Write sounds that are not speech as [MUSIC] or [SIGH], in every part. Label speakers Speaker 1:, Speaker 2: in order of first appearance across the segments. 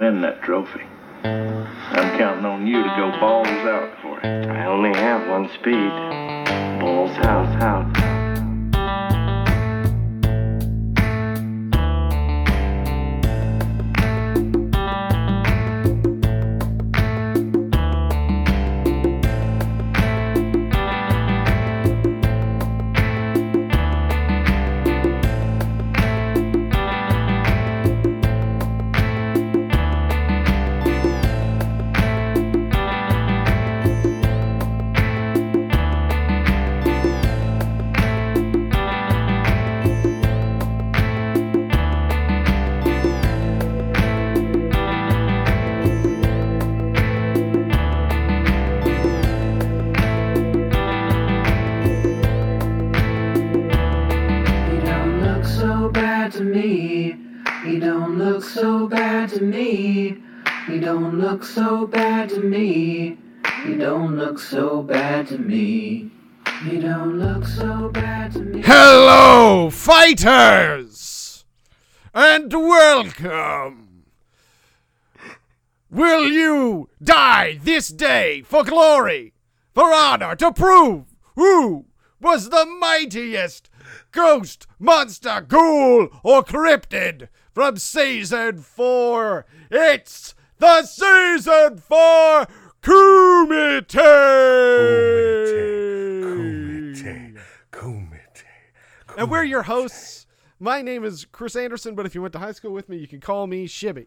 Speaker 1: Then that trophy. I'm counting on you to go balls out for it.
Speaker 2: I only have one speed. Balls house out.
Speaker 3: He don't look so bad to me. He don't look so bad to me. He don't look so bad to me. He don't look so bad to me. He don't look so bad to me.
Speaker 4: Hello, fighters, and welcome. Will you die this day for glory, for honor, to prove who was the mightiest ghost, monster, ghoul, or cryptid from season four? It's the season four Kumite.
Speaker 5: Kumite. Kumite.
Speaker 4: And we're your hosts. My name is Chris Anderson, but if you went to high school with me, you can call me Shibby.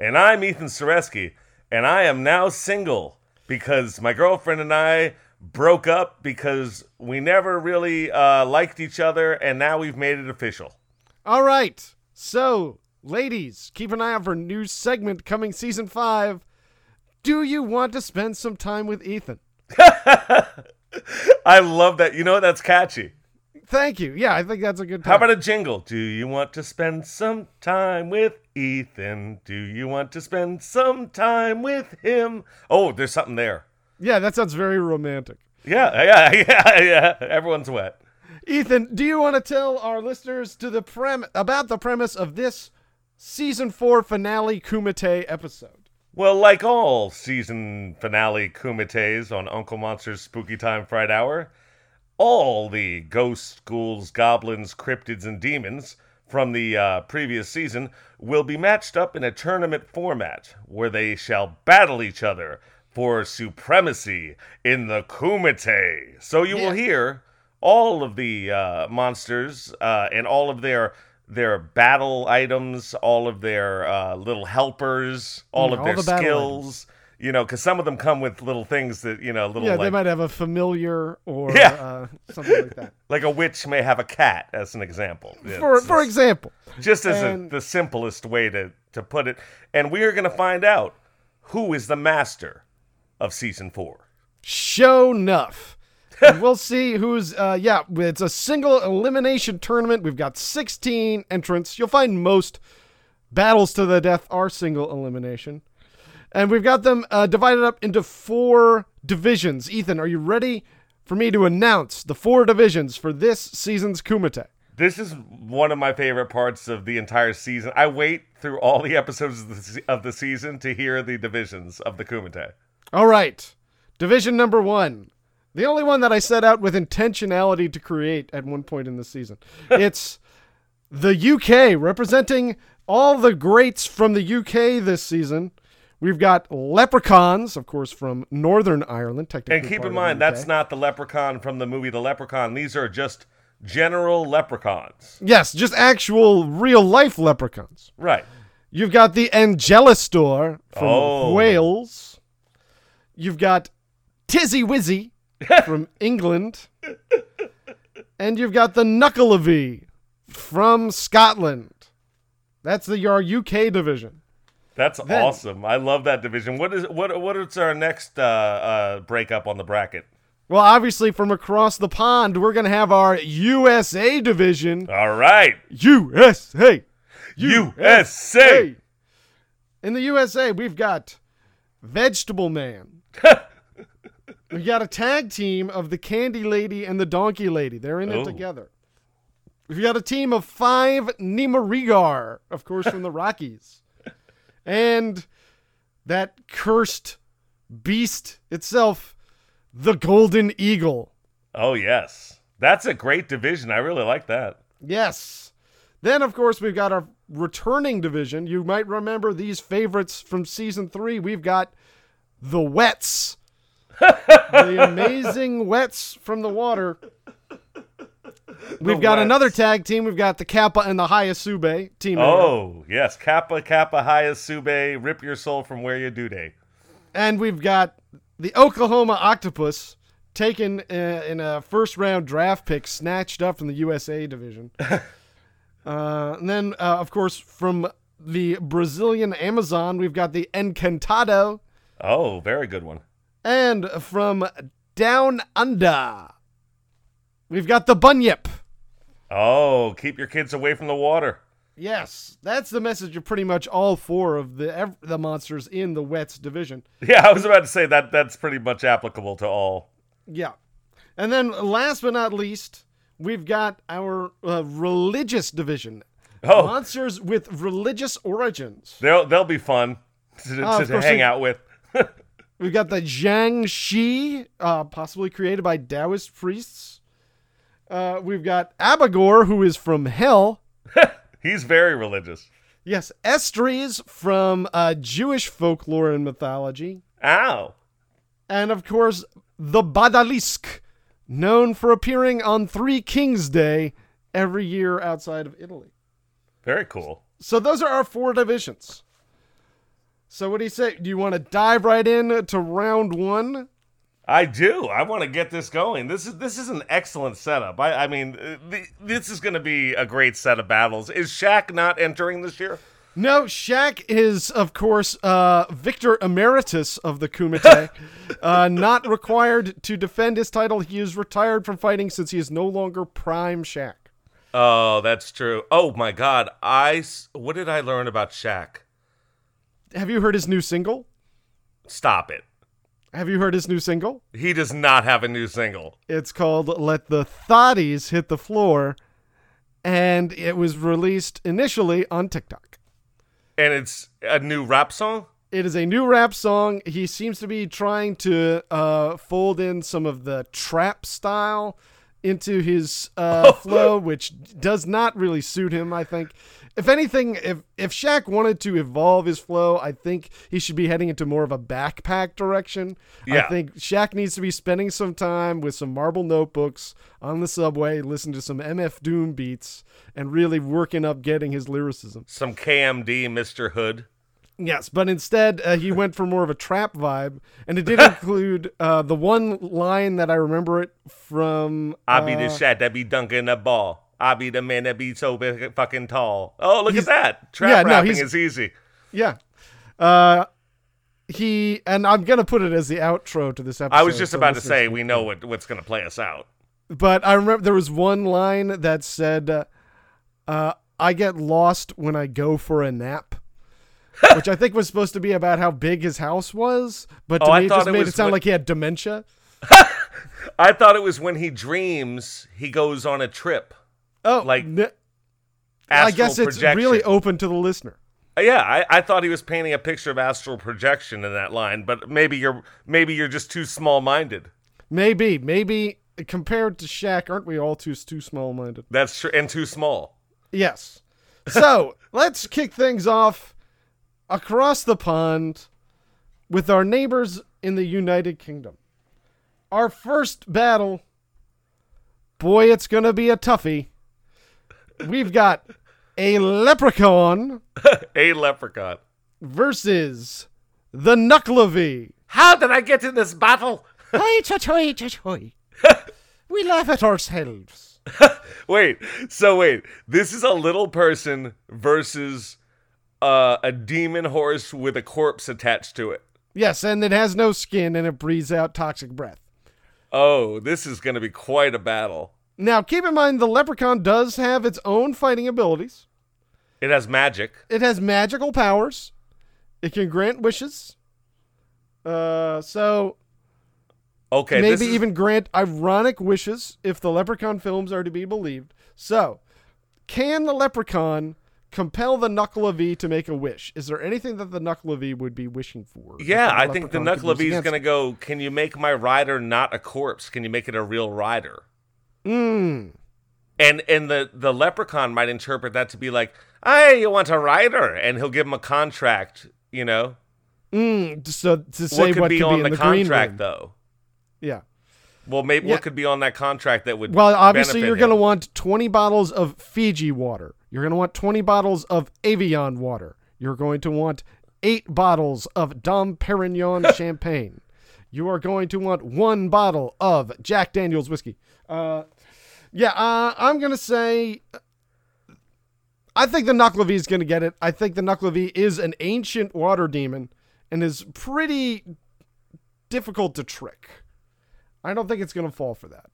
Speaker 5: And I'm Ethan Soreski, and I am now single because my girlfriend and I broke up because we never really uh, liked each other, and now we've made it official.
Speaker 4: All right. So, ladies, keep an eye out for a new segment coming season five. Do you want to spend some time with Ethan?
Speaker 5: I love that. You know what? That's catchy.
Speaker 4: Thank you. Yeah, I think that's a good time.
Speaker 5: How about a jingle? Do you want to spend some time with Ethan? Do you want to spend some time with him? Oh, there's something there.
Speaker 4: yeah, that sounds very romantic.
Speaker 5: Yeah, yeah, [LAUGHS] yeah, yeah. Everyone's wet.
Speaker 4: Ethan, do you want to tell our listeners to the prem- about the premise of this season four finale Kumite episode?
Speaker 5: Well, like all season finale kumites on Uncle Monster's Spooky Time Fright Hour, all the ghosts, ghouls, goblins, cryptids, and demons from the uh, previous season will be matched up in a tournament format where they shall battle each other for supremacy in the kumite. So you
Speaker 4: Yeah.
Speaker 5: will hear all of the uh, monsters uh, and all of their their battle items, all of their uh, little helpers, all
Speaker 4: Mm,
Speaker 5: of
Speaker 4: all
Speaker 5: their
Speaker 4: the battle
Speaker 5: skills. You know, because some of them come with little things that you know, little
Speaker 4: Yeah, they
Speaker 5: Oh, like,
Speaker 4: might have a familiar or
Speaker 5: Yeah.
Speaker 4: uh, something like
Speaker 5: [LAUGHS]
Speaker 4: that.
Speaker 5: like a witch may have a cat, as an example. Yeah,
Speaker 4: for
Speaker 5: it's
Speaker 4: for
Speaker 5: just-
Speaker 4: example,
Speaker 5: just as
Speaker 4: and-
Speaker 5: a, the simplest way to to put it, and we are going to find out who is the master of season four.
Speaker 4: show nuff. And we'll see who's uh yeah, it's a single elimination tournament. We've got 16 entrants. You'll find most battles to the death are single elimination. And we've got them uh, divided up into four divisions. Ethan, are you ready for me to announce the four divisions for this season's Kumite?
Speaker 5: This is one of my favorite parts of the entire season. I wait through all the episodes of the, se- of the season to hear the divisions of the Kumite.
Speaker 4: All right. Division number one. The only one that I set out with intentionality to create at one point in the season.
Speaker 5: [LAUGHS]
Speaker 4: it's the UK representing all the greats from the UK this season. We've got leprechauns, of course, from Northern Ireland. Technically,
Speaker 5: And keep
Speaker 4: part
Speaker 5: in
Speaker 4: of the
Speaker 5: mind,
Speaker 4: UK.
Speaker 5: that's not the leprechaun from the movie The Leprechaun. These are just general leprechauns.
Speaker 4: yes, just actual real life leprechauns.
Speaker 5: Right.
Speaker 4: You've got the Angelistor from
Speaker 5: Oh.
Speaker 4: Wales. You've got Tizzy Wizzy from England. And you've got the Knucklevy from Scotland. That's the your UK division.
Speaker 5: That's
Speaker 4: Then-
Speaker 5: awesome. I love that division. What is what what is our next uh, uh, breakup on the bracket?
Speaker 4: Well, obviously, from across the pond, we're going to have our USA division.
Speaker 5: All right.
Speaker 4: USA!
Speaker 5: USA.
Speaker 4: In the USA, we've got Vegetable Man. we've got a tag team of the Candy Lady and the Donkey Lady. They're in it
Speaker 5: Oh.
Speaker 4: together. We've got a team of five Nemorigar, of course, from the Rockies. and that cursed beast itself, the Golden Eagle.
Speaker 5: Oh, yes. That's a great division. I really like that.
Speaker 4: Yes. Then, of course, we've got our returning division. You might remember these favorites from season three. We've got the Wets,
Speaker 5: [LAUGHS]
Speaker 4: the amazing Wets from the water. We've got
Speaker 5: Wets.
Speaker 4: another tag team. We've got the Kappa and the Hayasube team.
Speaker 5: Oh, yes. Kappa, Kappa, Hiya, Sube, rip your soul from where you do day.
Speaker 4: And we've got the Oklahoma Octopus taken uh, in a first round draft pick, snatched up from the USA division. uh, and then, uh, of course, from the Brazilian Amazon, we've got the Encantado.
Speaker 5: Oh, very good one.
Speaker 4: And from Down Under, we've got the Bunyip.
Speaker 5: Oh, keep your kids away from the water. [LAUGHS]
Speaker 4: Yes, that's the message of pretty much all four of the ev- the monsters in the Wets division.
Speaker 5: Yeah, I was about to say that that's pretty much applicable to all.
Speaker 4: Yeah. And then last but not least, we've got our uh, religious division.
Speaker 5: Oh,
Speaker 4: Monsters with religious origins.
Speaker 5: they'll they'll be fun to, to-
Speaker 4: Oh, of
Speaker 5: to
Speaker 4: course
Speaker 5: hang
Speaker 4: they-
Speaker 5: out with. [LAUGHS]
Speaker 4: We've got the Zhang Shi, uh, possibly created by Taoist priests. Uh, we've got Abagor, who is from hell.
Speaker 5: He's very religious.
Speaker 4: Yes, Estries from uh, Jewish folklore and mythology.
Speaker 5: Ow.
Speaker 4: And of course, the Badalisk, known for appearing on Three Kings Day every year outside of Italy.
Speaker 5: Very cool.
Speaker 4: So those are our four divisions. So what do you say? Do you want to dive right in to round one?
Speaker 5: I do. I want to get this going. This is this is an excellent setup. I, I mean, uh, the, this is going to be a great set of battles. Is Shaq not entering this year?
Speaker 4: No, Shaq is of course uh, Victor Emeritus of the [LAUGHS] Kumite, uh, not required to defend his title. He is retired from fighting since he is no longer prime Shaq.
Speaker 5: Oh, that's true. Oh my God, I s- what did I learn about Shaq?
Speaker 4: Have you heard his new single?
Speaker 5: Stop it.
Speaker 4: Have you heard his new single?
Speaker 5: He does not have a new single.
Speaker 4: It's called "Let the Thotties Hit the Floor," and it was released initially on TikTok.
Speaker 5: And it's a new rap song?
Speaker 4: It is a new rap song. He seems to be trying to uh, fold in some of the trap style into his uh, flow, which does not really suit him. I think, if anything, if if Shaq wanted to evolve his flow, I think he should be heading into more of a backpack direction.
Speaker 5: Yeah.
Speaker 4: I think Shaq needs to be spending some time with some marble notebooks on the subway, listen to some MF Doom beats, and really working up getting his lyricism.
Speaker 5: Some KMD Mr. Hood.
Speaker 4: Yes, but instead uh, he went for more of a trap vibe, and it
Speaker 5: [LAUGHS]
Speaker 4: did include uh, the one line that I remember it from.
Speaker 5: I be the
Speaker 4: uh,
Speaker 5: shot that be dunking the ball. I be the man that be so big, fucking tall. Oh, look at that. Trap
Speaker 4: yeah, no,
Speaker 5: rapping
Speaker 4: he's-
Speaker 5: is easy.
Speaker 4: yeah. Uh, he and I'm gonna put it as the outro to this episode.
Speaker 5: I was just
Speaker 4: so
Speaker 5: about to
Speaker 4: listeners
Speaker 5: say
Speaker 4: can-
Speaker 5: we know what, what's going to play us out.
Speaker 4: but I remember there was one line that said, uh, uh, "I get lost when I go for a
Speaker 5: [LAUGHS]
Speaker 4: nap." Which I think was supposed to be about how big his house was, but to
Speaker 5: Oh, I
Speaker 4: me it
Speaker 5: thought
Speaker 4: just
Speaker 5: it
Speaker 4: made
Speaker 5: was
Speaker 4: it sound
Speaker 5: when-
Speaker 4: like he had dementia.
Speaker 5: I thought it was when he dreams he goes on a trip.
Speaker 4: Oh,
Speaker 5: Like,
Speaker 4: n- I
Speaker 5: Astral
Speaker 4: guess it's
Speaker 5: projection.
Speaker 4: really open to the listener.
Speaker 5: Yeah, I, I thought he was painting a picture of astral projection in that line, but maybe you're maybe you're just too small minded.
Speaker 4: Maybe, maybe compared to Shaq, aren't we all too too small minded?
Speaker 5: That's true, and too small.
Speaker 4: Yes. So [LAUGHS] let's kick things off across the pond with our neighbors in the United Kingdom. Our first battle, boy, it's gonna be a toughie. We've got a leprechaun
Speaker 5: A leprechaun.
Speaker 4: versus the Knucklevy.
Speaker 5: How did I get in this battle?
Speaker 4: Hi, chachoy, [LAUGHS] chachoy. We laugh at ourselves.
Speaker 5: Wait, so wait, this is a little person versus uh, a demon horse with a corpse attached to it.
Speaker 4: Yes, and it has no skin and it breathes out toxic breath.
Speaker 5: Oh, this is going to be quite a battle.
Speaker 4: Now, keep in mind the leprechaun does have its own fighting abilities.
Speaker 5: It has magic.
Speaker 4: It has magical powers. It can grant wishes. Uh, so
Speaker 5: Okay, this
Speaker 4: maybe
Speaker 5: is-
Speaker 4: even grant ironic wishes if the leprechaun films are to be believed. So, can the leprechaun compel the Nucklevee to make a wish. Is there anything that the Nucklevee would be wishing for? that
Speaker 5: Yeah, I think the
Speaker 4: leprechaun could use
Speaker 5: Nucklevee is
Speaker 4: against
Speaker 5: going to
Speaker 4: it?
Speaker 5: go, can you make my rider not a corpse? Can you make it a real rider?
Speaker 4: Mm.
Speaker 5: And and the, the leprechaun might interpret that to be like, hey, you want a rider? And he'll give him a contract, you know?
Speaker 4: Mm, so to say
Speaker 5: what could
Speaker 4: what
Speaker 5: be
Speaker 4: could
Speaker 5: on
Speaker 4: be in
Speaker 5: the,
Speaker 4: the, green
Speaker 5: contract,
Speaker 4: room.
Speaker 5: though?
Speaker 4: Yeah.
Speaker 5: Well, maybe
Speaker 4: Yeah.
Speaker 5: what could be on that contract that would
Speaker 4: Well, obviously
Speaker 5: benefit
Speaker 4: you're going to
Speaker 5: him?
Speaker 4: want 20 bottles of Fiji water. You're going to want 20 bottles of Avion water. You're going to want 8 bottles of Dom
Speaker 5: [LAUGHS]
Speaker 4: Perignon champagne. You are going to want 1 bottle of Jack Daniel's whiskey. Uh yeah, uh, I'm going to say I think the Nucklevee is going to get it. I think the Nucklevee is an ancient water demon and is pretty difficult to trick. I don't think it's going to fall for that.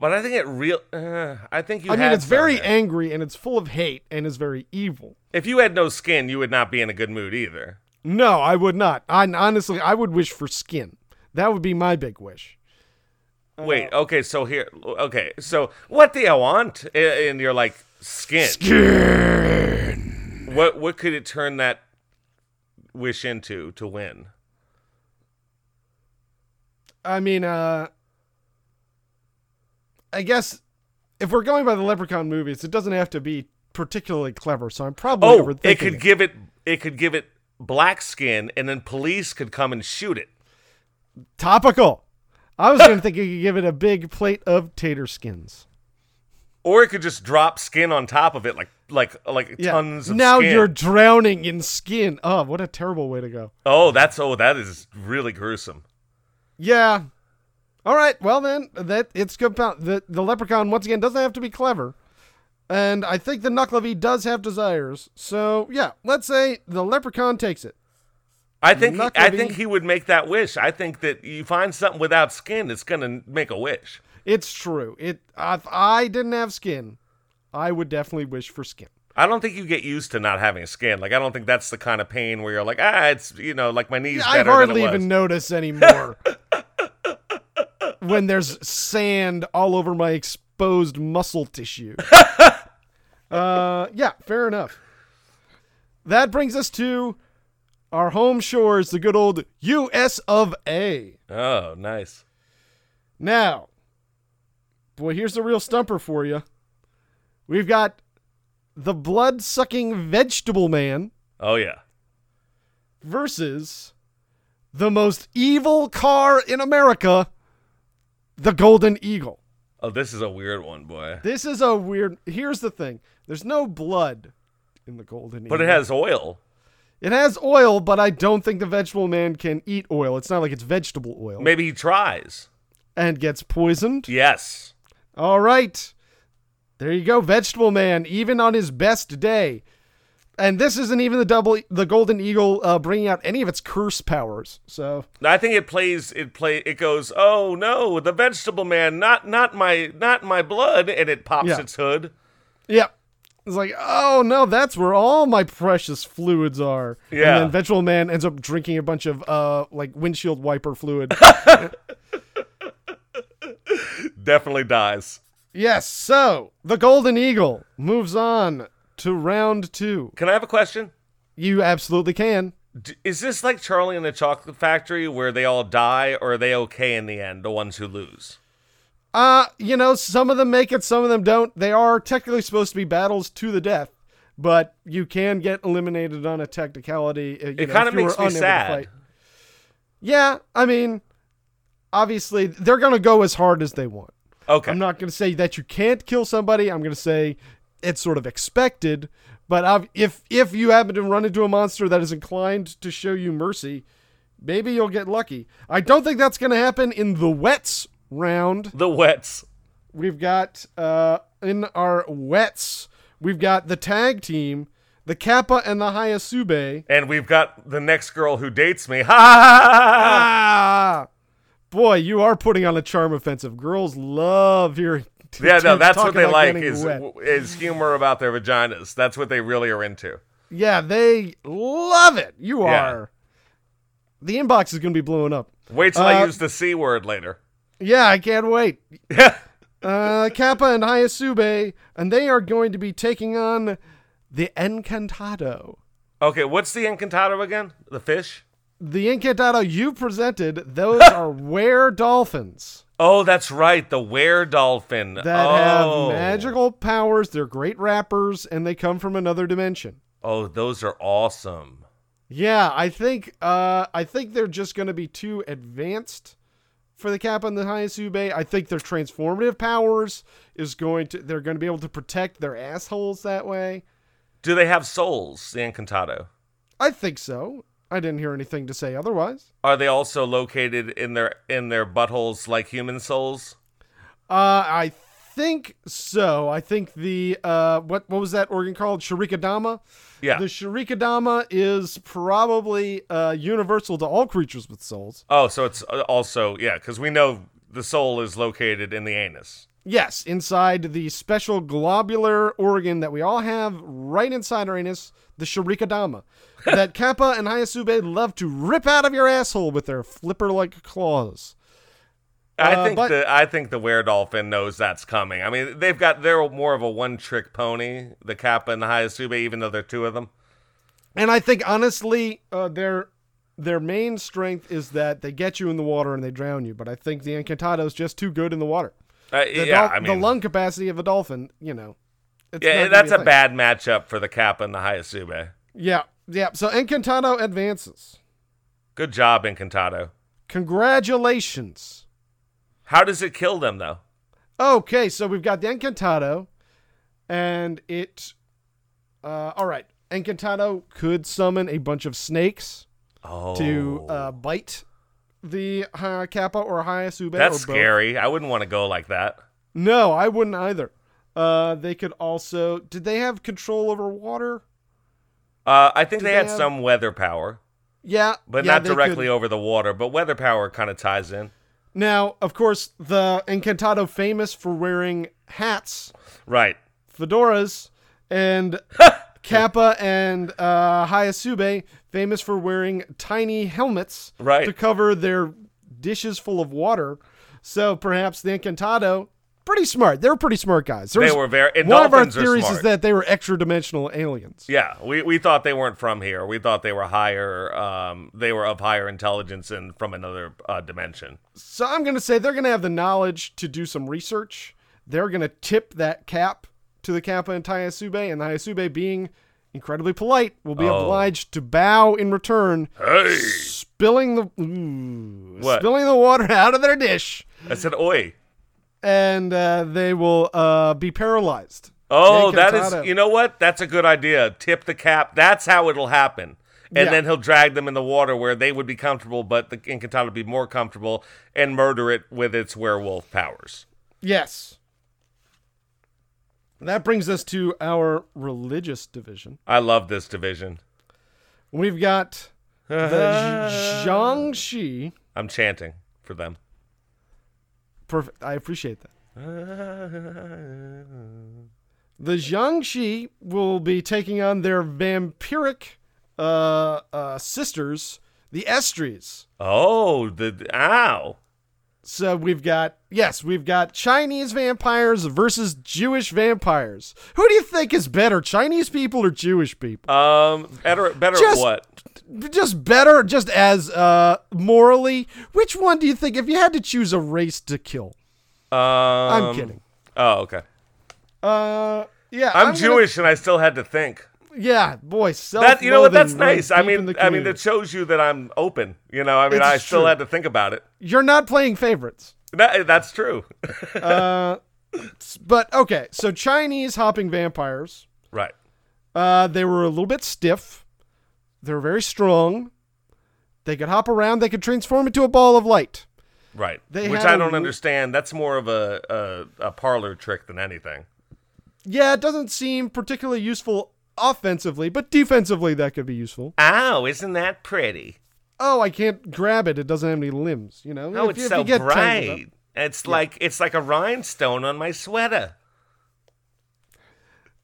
Speaker 5: But I think it real. Uh, I think you.
Speaker 4: I mean,
Speaker 5: had
Speaker 4: it's very
Speaker 5: something.
Speaker 4: angry and it's full of hate and is very evil.
Speaker 5: If you had no skin, you would not be in a good mood either.
Speaker 4: No, I would not. I honestly, I would wish for skin. That would be my big wish.
Speaker 5: Wait. Okay. So here. Okay. So what do you want? A- And you're like skin. What What could it turn that wish into to win?
Speaker 4: I mean, uh, I guess if we're going by the Leprechaun movies, it doesn't have to be particularly clever. So I'm probably
Speaker 5: Oh,
Speaker 4: overthinking
Speaker 5: it could give it. It could give it black skin, and then police could come and shoot it.
Speaker 4: topical. I was
Speaker 5: [LAUGHS]
Speaker 4: going to think you could give it a big plate of tater skins.
Speaker 5: Or it could just drop skin on top of it, like like like
Speaker 4: Yeah.
Speaker 5: tons of
Speaker 4: now
Speaker 5: skin.
Speaker 4: you're drowning in skin. Oh, what a terrible way to go.
Speaker 5: Oh, that's oh, that is really gruesome.
Speaker 4: Yeah. All right. Well, then that it's compound. The the leprechaun once again doesn't have to be clever, and I think the Nucklevy does have desires. So yeah, let's say the leprechaun takes it.
Speaker 5: I think
Speaker 4: Not
Speaker 5: I
Speaker 4: gonna
Speaker 5: think
Speaker 4: be-
Speaker 5: he would make that wish. I think that you find something without skin, it's gonna make a wish.
Speaker 4: It's true. It if I didn't have skin, I would definitely wish for skin.
Speaker 5: I don't think you get used to not having skin. Like I don't think that's the kind of pain where you're like, ah, it's you know, like my knees
Speaker 4: I
Speaker 5: better
Speaker 4: hardly
Speaker 5: than it was.
Speaker 4: even notice
Speaker 5: [LAUGHS]
Speaker 4: anymore when there's sand all over my exposed muscle
Speaker 5: [LAUGHS]
Speaker 4: tissue. uh, yeah, fair enough. That brings us to our home shores, the good old U.S. of A.
Speaker 5: Oh, nice.
Speaker 4: Now, boy, here's the real stumper for you. We've got the blood sucking vegetable man
Speaker 5: Oh yeah.
Speaker 4: versus the most evil car in America, the Golden Eagle.
Speaker 5: Oh, this is a weird one, boy.
Speaker 4: This is a weird. Here's the thing there's no blood in the Golden Eagle.
Speaker 5: But it has oil.
Speaker 4: It has oil, but I don't think the vegetable man can eat oil. It's not like it's vegetable oil.
Speaker 5: Maybe he tries.
Speaker 4: And gets poisoned.
Speaker 5: Yes.
Speaker 4: All right. There you go, Vegetable Man, even on his best day. And this isn't even the double, the Golden Eagle uh, bringing out any of its curse powers. So,
Speaker 5: I think it plays it play it goes, "Oh no, the vegetable man, not not my not my blood." And it pops
Speaker 4: Yeah.
Speaker 5: its hood.
Speaker 4: Yep. It's like, oh no, that's where all my precious fluids are.
Speaker 5: Yeah.
Speaker 4: And then Vegetable Man ends up drinking a bunch of uh like windshield wiper fluid.
Speaker 5: Definitely dies.
Speaker 4: yes, so the Golden Eagle moves on to round two.
Speaker 5: Can I have a question?
Speaker 4: You absolutely can.
Speaker 5: D- Is this like Charlie and the Chocolate Factory where they all die, or are they okay in the end, the ones who lose?
Speaker 4: Uh, you know, some of them make it, some of them don't. They are technically supposed to be battles to the death, but you can get eliminated on a technicality. uh, you
Speaker 5: It
Speaker 4: know,
Speaker 5: kind
Speaker 4: if you
Speaker 5: of
Speaker 4: were
Speaker 5: makes me
Speaker 4: unable to
Speaker 5: sad.
Speaker 4: fight. Yeah, I mean, obviously they're gonna go as hard as they want.
Speaker 5: Okay.
Speaker 4: I'm not going to say that you can't kill somebody. I'm going to say it's sort of expected. But ob- if if you happen to run into a monster that is inclined to show you mercy, maybe you'll get lucky. I don't think that's going to happen in the wets round.
Speaker 5: the Wets.
Speaker 4: We've got uh, in our wets, we've got the tag team, the Kappa and the Hayasube.
Speaker 5: And we've got the next girl who dates me. [LAUGHS] Ha ha ha!
Speaker 4: Ah, boy, you are putting on a charm offensive. Girls love hearing. [LAUGHS]
Speaker 5: Yeah, no,
Speaker 4: dudes
Speaker 5: that's
Speaker 4: talk
Speaker 5: what they
Speaker 4: about
Speaker 5: like
Speaker 4: getting
Speaker 5: is
Speaker 4: wet.
Speaker 5: is humor about their vaginas. That's what they really are into.
Speaker 4: Yeah, they love it. You
Speaker 5: Yeah.
Speaker 4: are. The inbox is going to be blowing up.
Speaker 5: Wait till
Speaker 4: Uh,
Speaker 5: I use the c word later.
Speaker 4: Yeah, I can't wait.
Speaker 5: Yeah.
Speaker 4: Uh, Kappa and Hayasube, and they are going to be taking on The Encantado.
Speaker 5: [LAUGHS] Okay, what's the encantado again? The fish?
Speaker 4: The Encantado you presented, those are were dolphins
Speaker 5: Oh, that's right. The were dolphin.
Speaker 4: that
Speaker 5: oh.
Speaker 4: have magical powers. They're great rappers and they come from another dimension.
Speaker 5: Oh, those are awesome.
Speaker 4: Yeah, I think uh, I think they're just going to be too advanced for the cap on the Hayasube. I think their transformative powers is going to they're going to be able to protect their assholes that way.
Speaker 5: Do they have souls, the encantado?
Speaker 4: I think so. I didn't hear anything to say otherwise.
Speaker 5: Are they also located in their in their buttholes like human souls?
Speaker 4: Uh, I think so. I think the uh, what what was that organ called? Shurikadama.
Speaker 5: Yeah.
Speaker 4: The Shurikadama is probably uh, universal to all creatures with souls.
Speaker 5: oh, so it's uh, also yeah, because we know the soul is located in the anus.
Speaker 4: Yes, inside the special globular organ that we all have right inside our anus, the Shurikadama,
Speaker 5: [LAUGHS]
Speaker 4: that Kappa and Hayasube love to rip out of your asshole with their flipper-like claws.
Speaker 5: I
Speaker 4: Uh,
Speaker 5: think
Speaker 4: but-
Speaker 5: the I think the were dolphin knows that's coming. I mean, they've got they're more of a one trick pony, the Kappa and the Hayasube, even though there are two of them.
Speaker 4: And I think honestly, uh, their their main strength is that they get you in the water and they drown you. But I think the Encantado is just too good in the water.
Speaker 5: Uh,
Speaker 4: The,
Speaker 5: yeah,
Speaker 4: dol-
Speaker 5: I mean,
Speaker 4: the lung capacity of a dolphin, you know. It's not
Speaker 5: yeah,
Speaker 4: gonna
Speaker 5: that's
Speaker 4: be
Speaker 5: a
Speaker 4: thing.
Speaker 5: bad matchup for the Kappa and the Hayasube.
Speaker 4: Yeah, yeah. So Encantado advances.
Speaker 5: Good job, Encantado.
Speaker 4: Congratulations.
Speaker 5: How does it kill them though?
Speaker 4: Okay, so we've got the Encantado, and it. Uh, all right, Encantado could summon a bunch of snakes
Speaker 5: Oh,
Speaker 4: to uh, bite the uh, Kappa or Hayasube.
Speaker 5: that's
Speaker 4: or both.
Speaker 5: scary. I wouldn't want to go like that.
Speaker 4: No, I wouldn't either. Uh, they could also. Did they have control over water?
Speaker 5: Uh, I think
Speaker 4: Do
Speaker 5: they,
Speaker 4: they
Speaker 5: had
Speaker 4: have-
Speaker 5: some weather power,
Speaker 4: Yeah,
Speaker 5: but
Speaker 4: yeah,
Speaker 5: not
Speaker 4: they could-
Speaker 5: directly over the water. But weather power kind of ties in,
Speaker 4: Now, of course, the Encantado famous for wearing hats,
Speaker 5: right?
Speaker 4: fedoras,
Speaker 5: [LAUGHS]
Speaker 4: and Kappa and uh, Hayasube famous for wearing tiny helmets
Speaker 5: Right.
Speaker 4: to cover their dishes full of water. So perhaps the Encantado, pretty smart. They were pretty smart guys. There
Speaker 5: They
Speaker 4: was-
Speaker 5: were very. And
Speaker 4: One of our
Speaker 5: dolphins are
Speaker 4: theories
Speaker 5: smart.
Speaker 4: is that they were extra-dimensional aliens.
Speaker 5: Yeah, we, we thought they weren't from here. We thought they were higher. Um, they were of higher intelligence and from another uh, dimension.
Speaker 4: So I'm going to say they're going to have the knowledge to do some research. They're going to tip that cap to the Kappa and Tayasube, and the Hayasube, being incredibly polite, will be
Speaker 5: Oh.
Speaker 4: obliged to bow in return,
Speaker 5: Hey,
Speaker 4: spilling the ooh,
Speaker 5: What?
Speaker 4: spilling the water [LAUGHS] out of their dish,
Speaker 5: I said, "Oi!"
Speaker 4: and uh, they will uh, be paralyzed.
Speaker 5: Oh,
Speaker 4: Yank
Speaker 5: that is.
Speaker 4: Hurtado.
Speaker 5: You know what? That's a good idea. Tip the cap. That's how it'll happen. And
Speaker 4: Yeah.
Speaker 5: then he'll drag them in the water where they would be comfortable, but the Inkatana would be more comfortable and murder it with its werewolf powers.
Speaker 4: Yes. That brings us to our religious division.
Speaker 5: I love this division.
Speaker 4: We've got the Zhangxi.
Speaker 5: I'm chanting for them.
Speaker 4: Perfect. I appreciate that. The Jiangxi will be taking on their vampiric uh, uh, sisters, the Estries.
Speaker 5: Oh, the ow.
Speaker 4: So we've got yes, we've got Chinese vampires versus Jewish vampires. Who do you think is better, Chinese people or Jewish people?
Speaker 5: Um, better, better
Speaker 4: Just-
Speaker 5: what?
Speaker 4: Just better, just as uh, morally. Which one do you think? If you had to choose a race to kill,
Speaker 5: Um,
Speaker 4: I'm kidding.
Speaker 5: Oh, okay.
Speaker 4: Uh, yeah,
Speaker 5: I'm,
Speaker 4: gonna-
Speaker 5: Jewish and I still had to think.
Speaker 4: Yeah, boy, self.
Speaker 5: That you know what that's
Speaker 4: right
Speaker 5: nice. I
Speaker 4: deep in
Speaker 5: mean
Speaker 4: the
Speaker 5: I mean
Speaker 4: community.
Speaker 5: that shows you that I'm open. You know, I mean
Speaker 4: It's
Speaker 5: I still
Speaker 4: true.
Speaker 5: had to think about it.
Speaker 4: you're not playing
Speaker 5: [LAUGHS]
Speaker 4: favorites. Uh,
Speaker 5: That,
Speaker 4: [LAUGHS]
Speaker 5: that's true.
Speaker 4: But okay, so Chinese hopping vampires.
Speaker 5: right.
Speaker 4: Uh, they were a little bit stiff. They were very strong. They could hop around. They could transform into a ball of light.
Speaker 5: Right.
Speaker 4: They
Speaker 5: Which
Speaker 4: had
Speaker 5: I
Speaker 4: a
Speaker 5: don't
Speaker 4: wo-
Speaker 5: understand. That's more of a, a a parlor trick than anything.
Speaker 4: Yeah, it doesn't seem particularly useful offensively, but defensively that could be useful.
Speaker 5: Oh, isn't that pretty?
Speaker 4: Oh, I can't grab it. It doesn't have any limbs. You know.
Speaker 5: Oh,
Speaker 4: If
Speaker 5: it's
Speaker 4: you- if
Speaker 5: so
Speaker 4: you get tangled up-
Speaker 5: bright. It's like it's like a rhinestone on my sweater.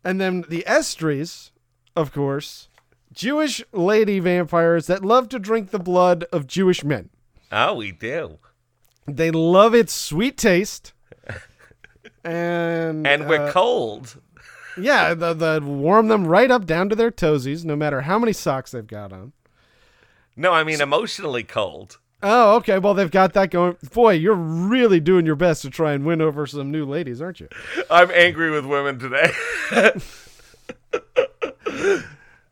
Speaker 4: And then the Estries, of course, Jewish lady vampires that love to drink the blood of Jewish men.
Speaker 5: Oh, we do.
Speaker 4: They
Speaker 5: [LAUGHS]
Speaker 4: love its sweet taste. And,
Speaker 5: And we're
Speaker 4: uh,
Speaker 5: cold.
Speaker 4: yeah, the, the warm them right up down to their toesies, no matter how many socks they've got on.
Speaker 5: No, I mean emotionally cold.
Speaker 4: Oh, okay. Well, they've got that going. Boy, you're really doing your best to try and win over some new ladies, aren't you?
Speaker 5: I'm angry with women today. [LAUGHS]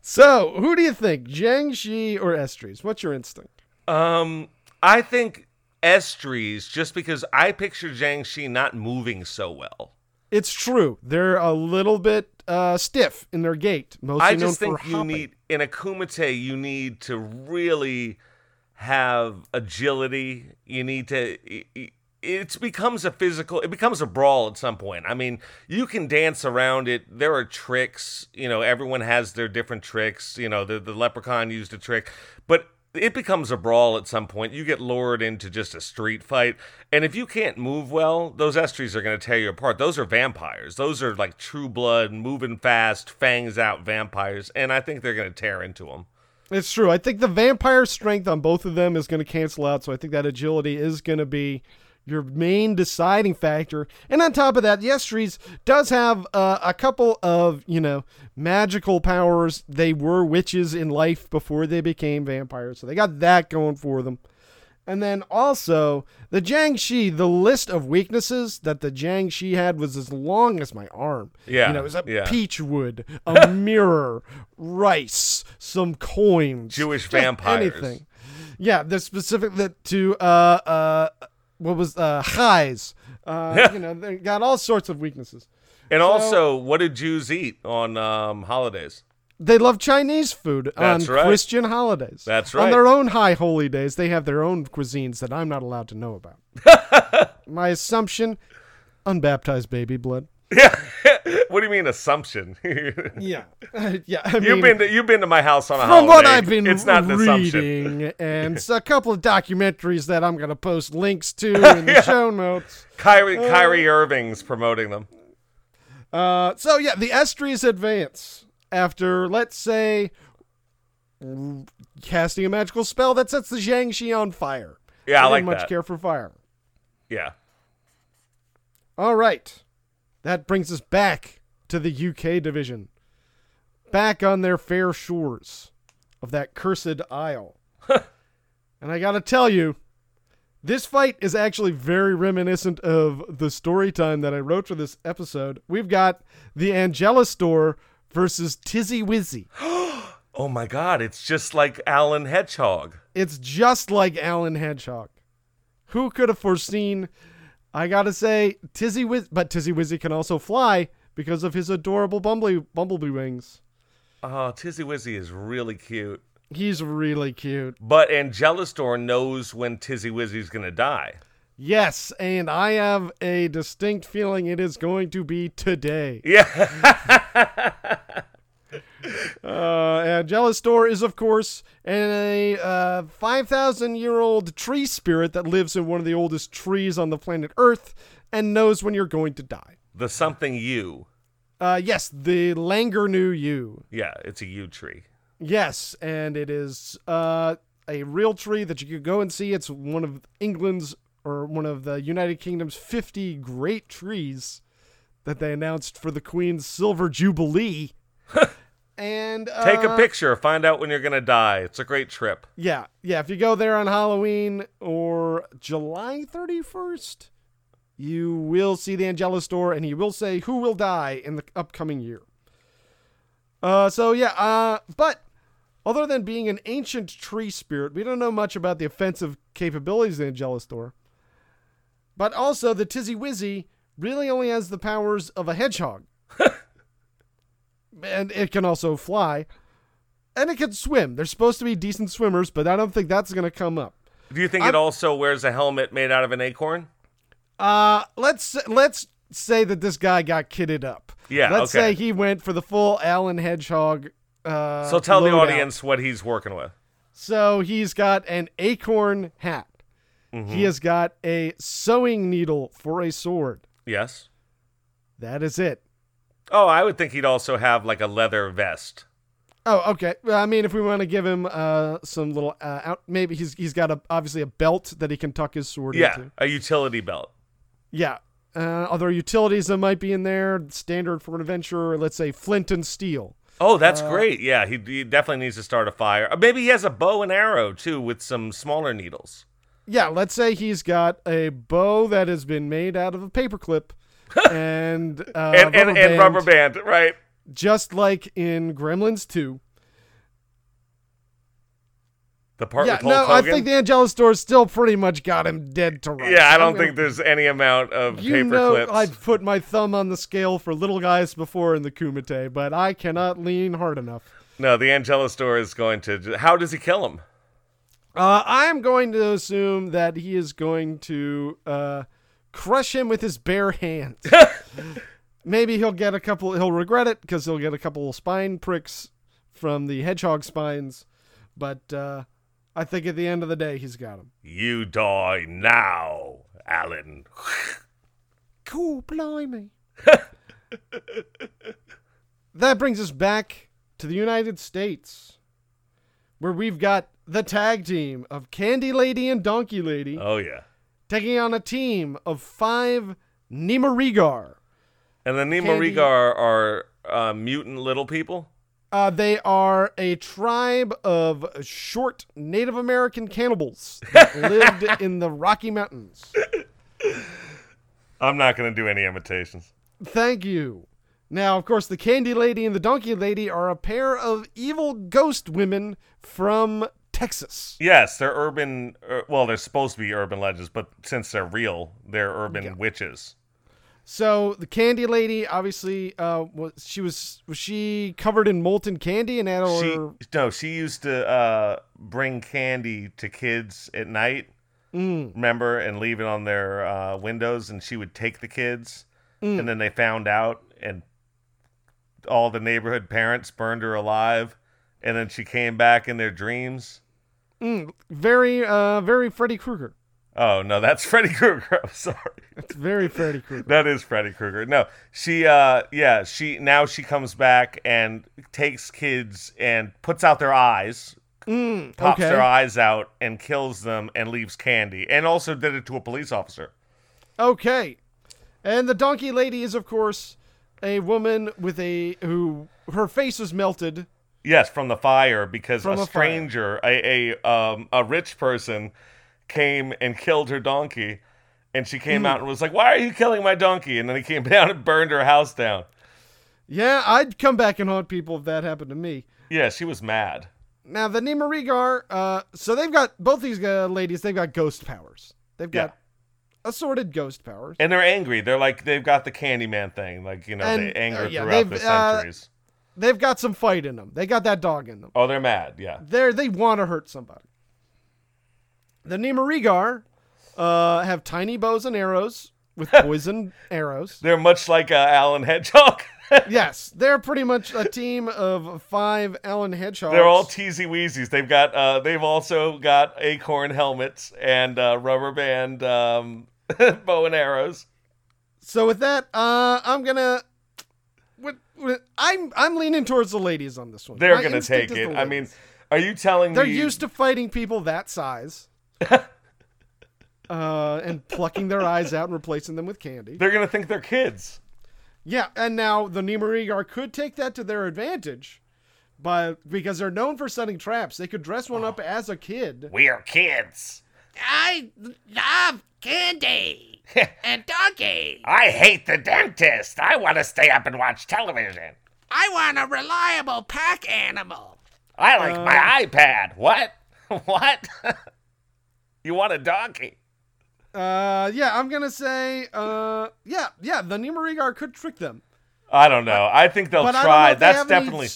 Speaker 4: So, who do you think, Zhang Shi or Estries? What's your instinct?
Speaker 5: um, I think Estries, just because I picture Zhang Shi not moving so well.
Speaker 4: It's true. They're a little bit uh, stiff in their gait. Mostly
Speaker 5: I
Speaker 4: known
Speaker 5: just think
Speaker 4: for
Speaker 5: you
Speaker 4: hopping.
Speaker 5: need in a kumite, you need to really have agility. You need to. i- i- It becomes a physical. It becomes a brawl at some point. I mean, you can dance around it. There are tricks. You know, everyone has their different tricks. You know, the the leprechaun used a trick, but it becomes a brawl at some point. You get lured into just a street fight, and if you can't move well, those estries are going to tear you apart. Those are vampires. Those are like true blood, moving fast, fangs out vampires, and I think they're going to tear into them.
Speaker 4: It's true. I think the vampire strength on both of them is going to cancel out. So I think that agility is going to be your main deciding factor. And on top of that, Yestries does have uh, a couple of, you know, magical powers. They were witches in life before they became vampires. So they got that going for them. And then also, the Jiangxi, the list of weaknesses that the Jiangxi had was as long as my arm.
Speaker 5: Yeah,
Speaker 4: You know, it was a
Speaker 5: yeah.
Speaker 4: peach wood,
Speaker 5: [LAUGHS]
Speaker 4: a mirror, rice, some coins.
Speaker 5: Jewish
Speaker 4: just
Speaker 5: vampires.
Speaker 4: Anything. Yeah, they're specific that to uh uh what was uh chais.
Speaker 5: [LAUGHS]
Speaker 4: Uh, you know, they got all sorts of weaknesses.
Speaker 5: And also, what do Jews eat on um, holidays? [LAUGHS]
Speaker 4: They love Chinese food
Speaker 5: That's
Speaker 4: on
Speaker 5: right.
Speaker 4: Christian holidays.
Speaker 5: That's
Speaker 4: On
Speaker 5: right.
Speaker 4: their own high holy days, they have their own cuisines that I'm not allowed to know about.
Speaker 5: [LAUGHS]
Speaker 4: My assumption unbaptized baby blood.
Speaker 5: Yeah. what do you mean assumption? [LAUGHS]
Speaker 4: Yeah. [LAUGHS] yeah. I mean,
Speaker 5: you've been to, you've been to my house on a
Speaker 4: from
Speaker 5: holiday.
Speaker 4: what I've been
Speaker 5: it's not an assumption.
Speaker 4: reading, and
Speaker 5: [LAUGHS]
Speaker 4: s- a couple of documentaries that I'm going to post links to
Speaker 5: [LAUGHS]
Speaker 4: in the show notes.
Speaker 5: Kyrie
Speaker 4: Oh.
Speaker 5: Kyrie Irving's promoting them.
Speaker 4: Uh, so yeah, the Estries advance after let's say r- casting a magical spell that sets the Jiangxi on fire.
Speaker 5: Yeah, I
Speaker 4: They
Speaker 5: like
Speaker 4: didn't much
Speaker 5: that.
Speaker 4: care for fire.
Speaker 5: Yeah.
Speaker 4: All right, that brings us back to the UK division, back on their fair shores of that cursed isle. and I gotta tell you, this fight is actually very reminiscent of the story time that I wrote for this episode. We've got the Angela Store versus Tizzy Wizzy.
Speaker 5: Oh my God! It's just like Alan Hedgehog.
Speaker 4: It's just like Alan Hedgehog. Who could have foreseen? I gotta say, Tizzy Wiz, but Tizzy Wizzy can also fly because of his adorable bumbly, bumblebee wings.
Speaker 5: Oh, Tizzy Wizzy is really cute.
Speaker 4: He's really cute.
Speaker 5: But Angelistor knows when Tizzy Wizzy's gonna die.
Speaker 4: Yes, and I have a distinct feeling it is going to be today.
Speaker 5: Yeah.
Speaker 4: Uh, Angelistor is, of course, a uh, 5,000 year old tree spirit that lives in one of the oldest trees on the planet Earth and knows when you're going to die.
Speaker 5: [LAUGHS] the something you.
Speaker 4: Uh, yes, the Langer knew you.
Speaker 5: Yeah, it's a yew tree.
Speaker 4: Yes, and it is uh, a real tree that you could go and see. It's one of England's or one of the United Kingdom's 50 great trees that they announced for the Queen's Silver
Speaker 5: [LAUGHS]
Speaker 4: Jubilee. and uh,
Speaker 5: Take a picture. Find out when you're gonna die. It's a great trip.
Speaker 4: Yeah, yeah. If you go there on Halloween or July 31st, you will see the Angela store and he will say who will die in the upcoming year. Uh, so, yeah, uh, but other than being an ancient tree spirit, we don't know much about the offensive capabilities of the Angela store. But also, the Tizzy Wizzy really only has the powers of a hedgehog. and it can also fly and it can swim. They're supposed to be decent swimmers, but I don't think that's going to come up.
Speaker 5: Do you think
Speaker 4: I'm-
Speaker 5: it also wears a helmet made out of an acorn?
Speaker 4: Uh, let's let's say that this guy got kitted up.
Speaker 5: Yeah,
Speaker 4: Let's
Speaker 5: okay.
Speaker 4: say he went for the full Alan Hedgehog. Uh,
Speaker 5: So tell the
Speaker 4: loadout.
Speaker 5: audience what he's working with.
Speaker 4: So he's got an acorn hat.
Speaker 5: Mm-hmm.
Speaker 4: He has got a sewing needle for a sword.
Speaker 5: Yes.
Speaker 4: That is it.
Speaker 5: Oh, I would think he'd also have like a leather vest.
Speaker 4: Oh, okay. Well, I mean, if we want to give him uh, some little uh, out, maybe he's he's got a obviously a belt that he can tuck his sword
Speaker 5: Yeah,
Speaker 4: into.
Speaker 5: a utility belt.
Speaker 4: Yeah. Uh, other utilities that might be in there, standard for an adventurer, let's say flint and steel.
Speaker 5: Oh, that's
Speaker 4: Uh,
Speaker 5: great. Yeah, he, he definitely needs to start a fire. Uh, Maybe he has a bow and arrow too with some smaller needles.
Speaker 4: Yeah, let's say he's got a bow that has been made out of a
Speaker 5: [LAUGHS]
Speaker 4: paperclip and, uh,
Speaker 5: and, and, and rubber
Speaker 4: band.
Speaker 5: band, right?
Speaker 4: just like in Gremlins 2.
Speaker 5: The part
Speaker 4: yeah,
Speaker 5: with Hulk
Speaker 4: no, I
Speaker 5: Hogan?
Speaker 4: think the Angelus door still pretty much got him dead to rights.
Speaker 5: yeah, I
Speaker 4: I'm
Speaker 5: don't
Speaker 4: gonna-
Speaker 5: think there's any amount of
Speaker 4: You
Speaker 5: paper
Speaker 4: know,
Speaker 5: clips.
Speaker 4: I've put my thumb on the scale for little guys before in the Kumite, but I cannot lean hard enough.
Speaker 5: No, the Angelus door is going to. How does he kill him?
Speaker 4: Uh, I'm going to assume that he is going to uh, crush him with his bare hands. Maybe he'll get a couple. He'll regret it because he'll get a couple spine pricks from the hedgehog spines. But uh, I think at the end of the day, he's got him.
Speaker 5: You die now,
Speaker 4: [LAUGHS]
Speaker 5: Alan.
Speaker 4: Cool, blimey. that brings us back to the United States, where we've got the tag team of Candy Lady and Donkey Lady.
Speaker 5: Oh yeah.
Speaker 4: taking on a team of five Nemorigar.
Speaker 5: And the
Speaker 4: Candy-
Speaker 5: Nemorigar are uh, mutant little people.
Speaker 4: Uh, they are a tribe of short Native American cannibals that lived in the Rocky Mountains.
Speaker 5: I'm not going to do any imitations.
Speaker 4: Thank you. Now, of course, the Candy Lady and the Donkey Lady are a pair of evil ghost women from Texas.
Speaker 5: Yes, they're urban. Er, well, they're supposed to be urban legends, but since they're real, they're urban witches.
Speaker 4: So the Candy Lady, obviously, uh, was she was was she covered in molten candy and had her
Speaker 5: She no, she used to uh, bring candy to kids at night.
Speaker 4: mm,
Speaker 5: Remember, and leave it on their uh, windows, and she would take the kids, and then they found out, and all the neighborhood parents burned her alive, and then she came back in their dreams.
Speaker 4: mm, very uh, very Freddy Krueger.
Speaker 5: Oh no, that's [LAUGHS] Freddy Krueger. I'm sorry.
Speaker 4: It's very Freddy Krueger.
Speaker 5: That is Freddy Krueger. No, she, uh, yeah, she now she comes back and takes kids and puts out their eyes,
Speaker 4: Mm,
Speaker 5: pops
Speaker 4: okay.
Speaker 5: their eyes out, and kills them and leaves candy. And also did it to a police officer.
Speaker 4: Okay. And the donkey lady is, of course, a woman with a who her face is melted.
Speaker 5: Yes, from the fire because
Speaker 4: From
Speaker 5: a
Speaker 4: a fire.
Speaker 5: stranger, a a, um, a rich person, came and killed her donkey, and she came
Speaker 4: Mm.
Speaker 5: out and was like, "Why are you killing my donkey?" And then he came [LAUGHS] down and burned her house down.
Speaker 4: Yeah, I'd come back and haunt people if that happened to me.
Speaker 5: Yeah, she was mad.
Speaker 4: Now the Nemorigar, uh, so they've got both these uh, ladies. They've got ghost powers. They've got assorted ghost powers.
Speaker 5: And they're angry. They're like they've got the Candyman thing, like you know,
Speaker 4: And,
Speaker 5: they anger
Speaker 4: uh, yeah,
Speaker 5: throughout
Speaker 4: they've,
Speaker 5: the
Speaker 4: uh,
Speaker 5: centuries.
Speaker 4: They've got some fight in them. They got that dog in them.
Speaker 5: oh, they're mad. Yeah,
Speaker 4: They're, they want to hurt somebody. The Nemorigar uh, have tiny bows and arrows with poison [LAUGHS] arrows.
Speaker 5: they're much like uh, Alan Hedgehog. [LAUGHS]
Speaker 4: Yes, they're pretty much a team of five Allen hedgehogs.
Speaker 5: they're all teasy weezies. They've got uh, they've also got acorn helmets and uh, rubber band um, [LAUGHS] bow and arrows.
Speaker 4: so with that, uh, I'm gonna. What, what- I'm I'm leaning towards the ladies on this one.
Speaker 5: They're
Speaker 4: My
Speaker 5: gonna
Speaker 4: instinct
Speaker 5: take
Speaker 4: is
Speaker 5: it.
Speaker 4: the
Speaker 5: I mean,
Speaker 4: ladies.
Speaker 5: are you telling
Speaker 4: they're
Speaker 5: me
Speaker 4: used to fighting people that
Speaker 5: [LAUGHS]
Speaker 4: size, uh, and plucking their eyes out and replacing them with candy.
Speaker 5: they're gonna think they're kids?
Speaker 4: Yeah, and now the Nemorigar could take that to their advantage, but because they're known for setting traps, they could dress one
Speaker 5: Oh.
Speaker 4: up as a kid.
Speaker 5: We are kids.
Speaker 6: I love
Speaker 5: [LAUGHS]
Speaker 6: candy and donkey.
Speaker 5: I hate the dentist. I want to stay up and watch television.
Speaker 6: I want a reliable pack animal.
Speaker 5: I like my iPad. What? [LAUGHS] what? you want a donkey?
Speaker 4: Uh, yeah, I'm gonna say, uh, yeah, yeah, the Nemorigar could trick them,
Speaker 5: I don't know. I think they'll
Speaker 4: but I don't know
Speaker 5: try.
Speaker 4: if they
Speaker 5: That's
Speaker 4: have any-
Speaker 5: definitely
Speaker 4: do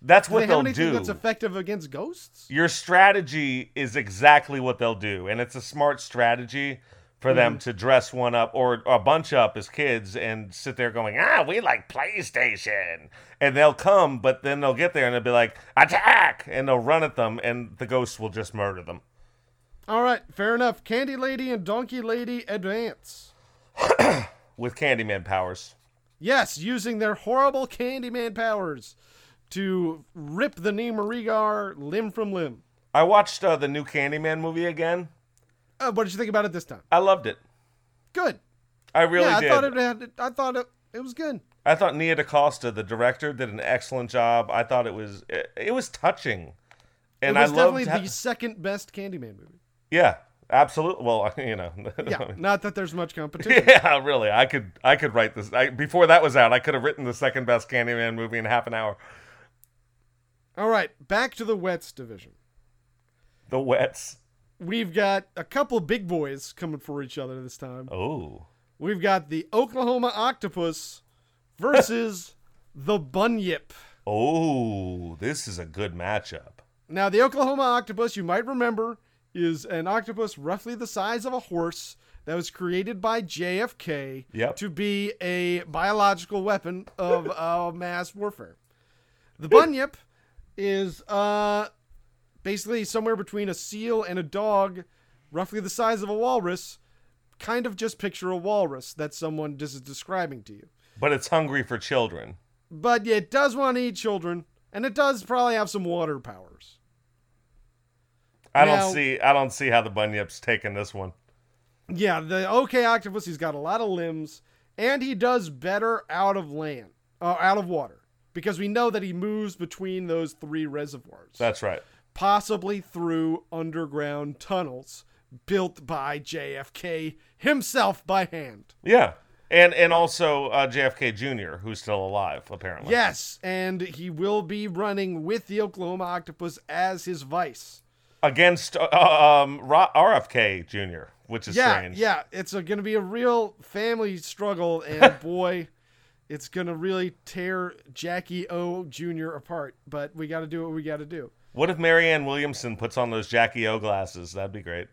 Speaker 5: that's
Speaker 4: they
Speaker 5: what
Speaker 4: have
Speaker 5: they'll
Speaker 4: anything
Speaker 5: do.
Speaker 4: that's effective against ghosts.
Speaker 5: Your strategy is exactly what they'll do, and it's a smart strategy for them
Speaker 4: Mm-hmm.
Speaker 5: to dress one up or, or a bunch up as kids and sit there going, "Ah, we like PlayStation," and they'll come, but then they'll get there and they'll be like, "Attack!" and they'll run at them, and the ghosts will just murder them.
Speaker 4: All right, fair enough. Candy Lady and Donkey Lady advance.
Speaker 5: With Candyman powers.
Speaker 4: Yes, using their horrible Candyman powers to rip the Nemorigar limb from limb.
Speaker 5: I watched uh, the new Candyman movie again.
Speaker 4: Uh, what did you think about it this time?
Speaker 5: I loved it.
Speaker 4: Good.
Speaker 5: I I really
Speaker 4: yeah,
Speaker 5: did.
Speaker 4: I thought it had, I thought it, it was good.
Speaker 5: I thought Nia DaCosta, the director, did an excellent job. I thought it was it, it was touching, and
Speaker 4: it was
Speaker 5: I
Speaker 4: definitely
Speaker 5: loved.
Speaker 4: the
Speaker 5: ho-
Speaker 4: second best Candyman
Speaker 5: [LAUGHS]
Speaker 4: movie.
Speaker 5: yeah, absolutely. Well, [LAUGHS] you know,
Speaker 4: Yeah, not that there's much competition.
Speaker 5: [LAUGHS] yeah, really. I could I could write this I, before that was out. I could have written the second best Candyman movie in half an hour.
Speaker 4: All right, back to the wets division.
Speaker 5: The Wets.
Speaker 4: We've got a couple big boys coming for each other this time.
Speaker 5: Oh,
Speaker 4: We've got the Oklahoma Octopus versus the Bunyip.
Speaker 5: oh, this is a good matchup.
Speaker 4: Now, the Oklahoma octopus, you might remember, is an octopus roughly the size of a horse that was created by JFK
Speaker 5: Yep.
Speaker 4: to be a biological weapon of uh, mass warfare. The bunyip is uh, basically somewhere between a seal and a dog, roughly the size of a walrus. Kind of just picture a walrus that someone just is describing to you
Speaker 5: But it's hungry for children.
Speaker 4: but it does want to eat children, and it does probably have some water powers.
Speaker 5: I
Speaker 4: Now-
Speaker 5: don't see I don't see how the Bunyip's taking this one.
Speaker 4: Yeah, the OK octopus, he's got a lot of limbs, and he does better out of land, uh, out of water, because we know that he moves between those three reservoirs,
Speaker 5: That's right.
Speaker 4: possibly through underground tunnels built by JFK himself by hand.
Speaker 5: Yeah. And and also uh, JFK Jr., who's still alive, apparently.
Speaker 4: Yes, and he will be running with the Oklahoma octopus as his vice.
Speaker 5: Against uh, um, Ro- RFK Jr., which is
Speaker 4: yeah,
Speaker 5: strange.
Speaker 4: Yeah, it's going to be a real family struggle, and boy, it's going to really tear Jackie O Jr. apart. But we got to do what we got to do.
Speaker 5: What if Marianne Williamson puts on those Jackie O glasses? That'd be great.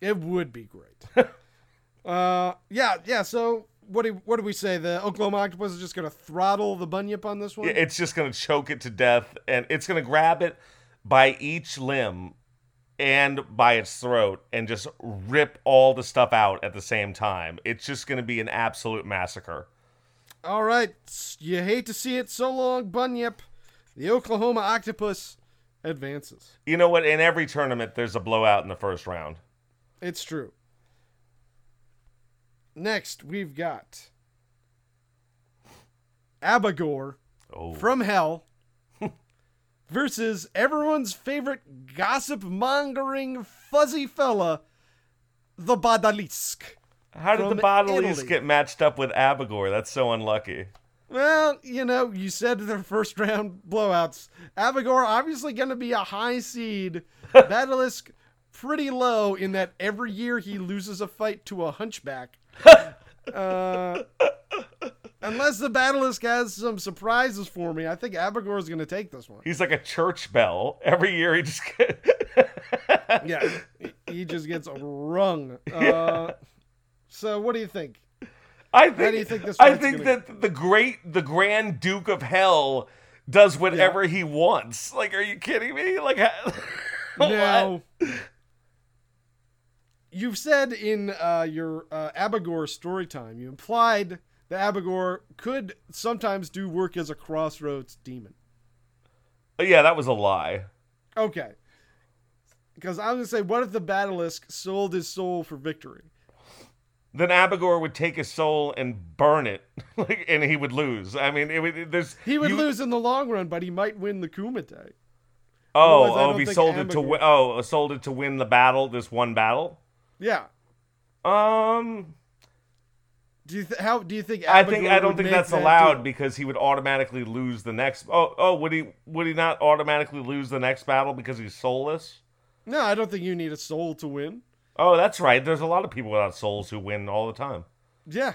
Speaker 4: It would be great. uh, yeah, yeah. So what do what do we say? The Oklahoma Octopus is just going to throttle the bunyip on this one.
Speaker 5: Yeah, It's just going to choke it to death, and it's going to grab it by each limb and by its throat and just rip all the stuff out at the same time. It's just going to be an absolute massacre.
Speaker 4: All right, s- you hate to see it. So long, bunyip. The Oklahoma Octopus advances.
Speaker 5: You know what? In every tournament, there's a blowout in the first round.
Speaker 4: It's true. Next, we've got Abagor
Speaker 5: Oh,
Speaker 4: from Hell [LAUGHS] versus everyone's favorite gossip mongering fuzzy fella, the Badalisk.
Speaker 5: how did
Speaker 4: from
Speaker 5: the Badalis
Speaker 4: Italy.
Speaker 5: get matched up with Abigor? That's so unlucky.
Speaker 4: Well, you know, you said [LAUGHS] their first round blowouts. Abagor obviously going to be a high seed. Badalisk pretty low in that every year he loses a fight to a hunchback. uh, unless the Batalisk has some surprises for me, I think Abagor is going to take this
Speaker 5: [LAUGHS]
Speaker 4: one.
Speaker 5: He's like a church bell. Every year, he just. [LAUGHS]
Speaker 4: Yeah, he- he just gets rung. Uh, so, what do you think?
Speaker 5: I think,
Speaker 4: do you think this
Speaker 5: I
Speaker 4: fight's
Speaker 5: think
Speaker 4: gonna-
Speaker 5: that the great, the Grand Duke of Hell does whatever he wants. Like, are you kidding me? Like, ha- [LAUGHS] what?
Speaker 4: Now, you've said in uh, your uh, Abagor story time, you implied that Abagor could sometimes do work as a crossroads demon.
Speaker 5: yeah, that was a lie.
Speaker 4: Okay. Because I was going to say, what if the Batalisk sold his soul for victory?
Speaker 5: Then Abigor would take his soul and burn it, [LAUGHS] like, and he would lose. I mean, it would. There's
Speaker 4: He would
Speaker 5: you-
Speaker 4: lose in the long run, but he might win the Kumite.
Speaker 5: Oh,
Speaker 4: Otherwise, I
Speaker 5: oh,
Speaker 4: don't
Speaker 5: if he
Speaker 4: think
Speaker 5: sold it to
Speaker 4: Abigor-
Speaker 5: wi- oh, sold it to win the battle, this one battle.
Speaker 4: Yeah.
Speaker 5: Um,
Speaker 4: Do you th- how do you think?
Speaker 5: I think
Speaker 4: Abagor
Speaker 5: I don't
Speaker 4: would
Speaker 5: think
Speaker 4: make
Speaker 5: that's
Speaker 4: that
Speaker 5: allowed
Speaker 4: deal?
Speaker 5: because he would automatically lose the next. Oh, oh, would he? Would he not automatically lose the next battle because he's soulless?
Speaker 4: No, I don't think you need a soul to win.
Speaker 5: Oh, that's right. There's a lot of people without souls who win all the time.
Speaker 4: Yeah,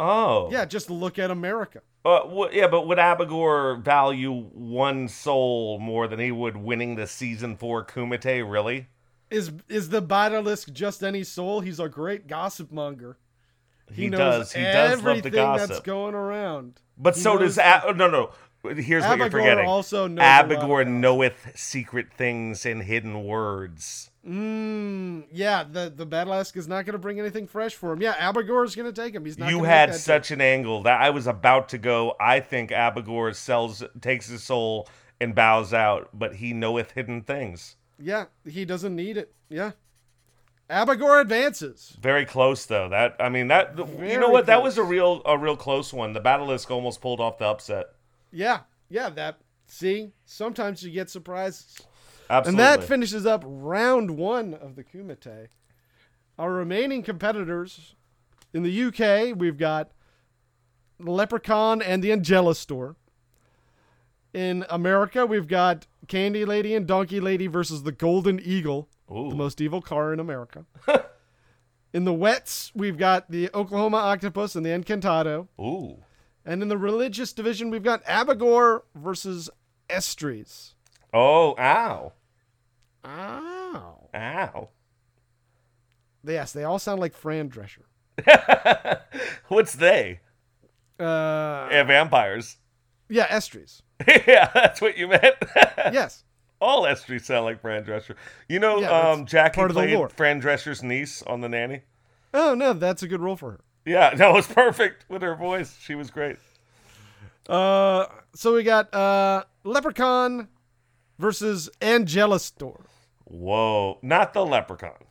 Speaker 5: Oh,
Speaker 4: yeah. Just look at America.
Speaker 5: Uh, wh- yeah, but would Abigor value one soul more than he would winning the season four Kumite? Really?
Speaker 4: Is is the Vitalisk just any soul? He's a great gossip monger.
Speaker 5: He, does. He does love the
Speaker 4: everything
Speaker 5: gossip.
Speaker 4: that's going around.
Speaker 5: but
Speaker 4: he
Speaker 5: so
Speaker 4: knows-
Speaker 5: does A- oh, no, no. Here's what you're
Speaker 4: Abigor
Speaker 5: forgetting.
Speaker 4: also knows a lot
Speaker 5: Abigor
Speaker 4: about-
Speaker 5: knoweth secret things and hidden words.
Speaker 4: Mm, yeah, the the Batalisk is not going to bring anything fresh for him. Yeah, Abagor's going to take him. He's not.
Speaker 5: you
Speaker 4: gonna make
Speaker 5: had
Speaker 4: that
Speaker 5: such an angle that I was about to go. I think Abigor sells, takes his soul, and bows out, but he knoweth hidden things.
Speaker 4: deal. Yeah, he doesn't need it. Yeah. Abagor advances.
Speaker 5: Very close though. That I mean that you know
Speaker 4: Very
Speaker 5: what that
Speaker 4: close.
Speaker 5: was a real a real close one. The Basilisk almost pulled off the upset.
Speaker 4: Yeah, yeah. That see, sometimes you get surprises, and
Speaker 5: Absolutely.
Speaker 4: that finishes up round one of the Kumite. Our remaining competitors in the UK, we've got Leprechaun and the Angela Store. In America, we've got Candy Lady and Donkey Lady versus the Golden Eagle.
Speaker 5: Ooh.
Speaker 4: the most evil car in
Speaker 5: [LAUGHS]
Speaker 4: America. in the wets, we've got the Oklahoma Octopus and the Encantado.
Speaker 5: Ooh.
Speaker 4: And in the religious division, we've got Abagor versus Estries.
Speaker 5: Oh, ow.
Speaker 4: Ow.
Speaker 5: Ow. [LAUGHS]
Speaker 4: Yes, they all sound like Fran Drescher.
Speaker 5: What's they?
Speaker 4: Uh,
Speaker 5: Eh, vampires. [LAUGHS]
Speaker 4: yeah, Estries.
Speaker 5: yeah, that's what you meant. [LAUGHS]
Speaker 4: Yes.
Speaker 5: All Estries sound like Fran Drescher. You know,
Speaker 4: Yeah, that's
Speaker 5: um, Jackie
Speaker 4: part of the
Speaker 5: played
Speaker 4: lore.
Speaker 5: Fran Drescher's niece on The Nanny.
Speaker 4: Oh, no, that's a good role for her.
Speaker 5: Yeah, [LAUGHS] no, it was perfect with her voice. She was great.
Speaker 4: Uh, so we got uh, Leprechaun versus Angelistor.
Speaker 5: Whoa, not the leprechaun.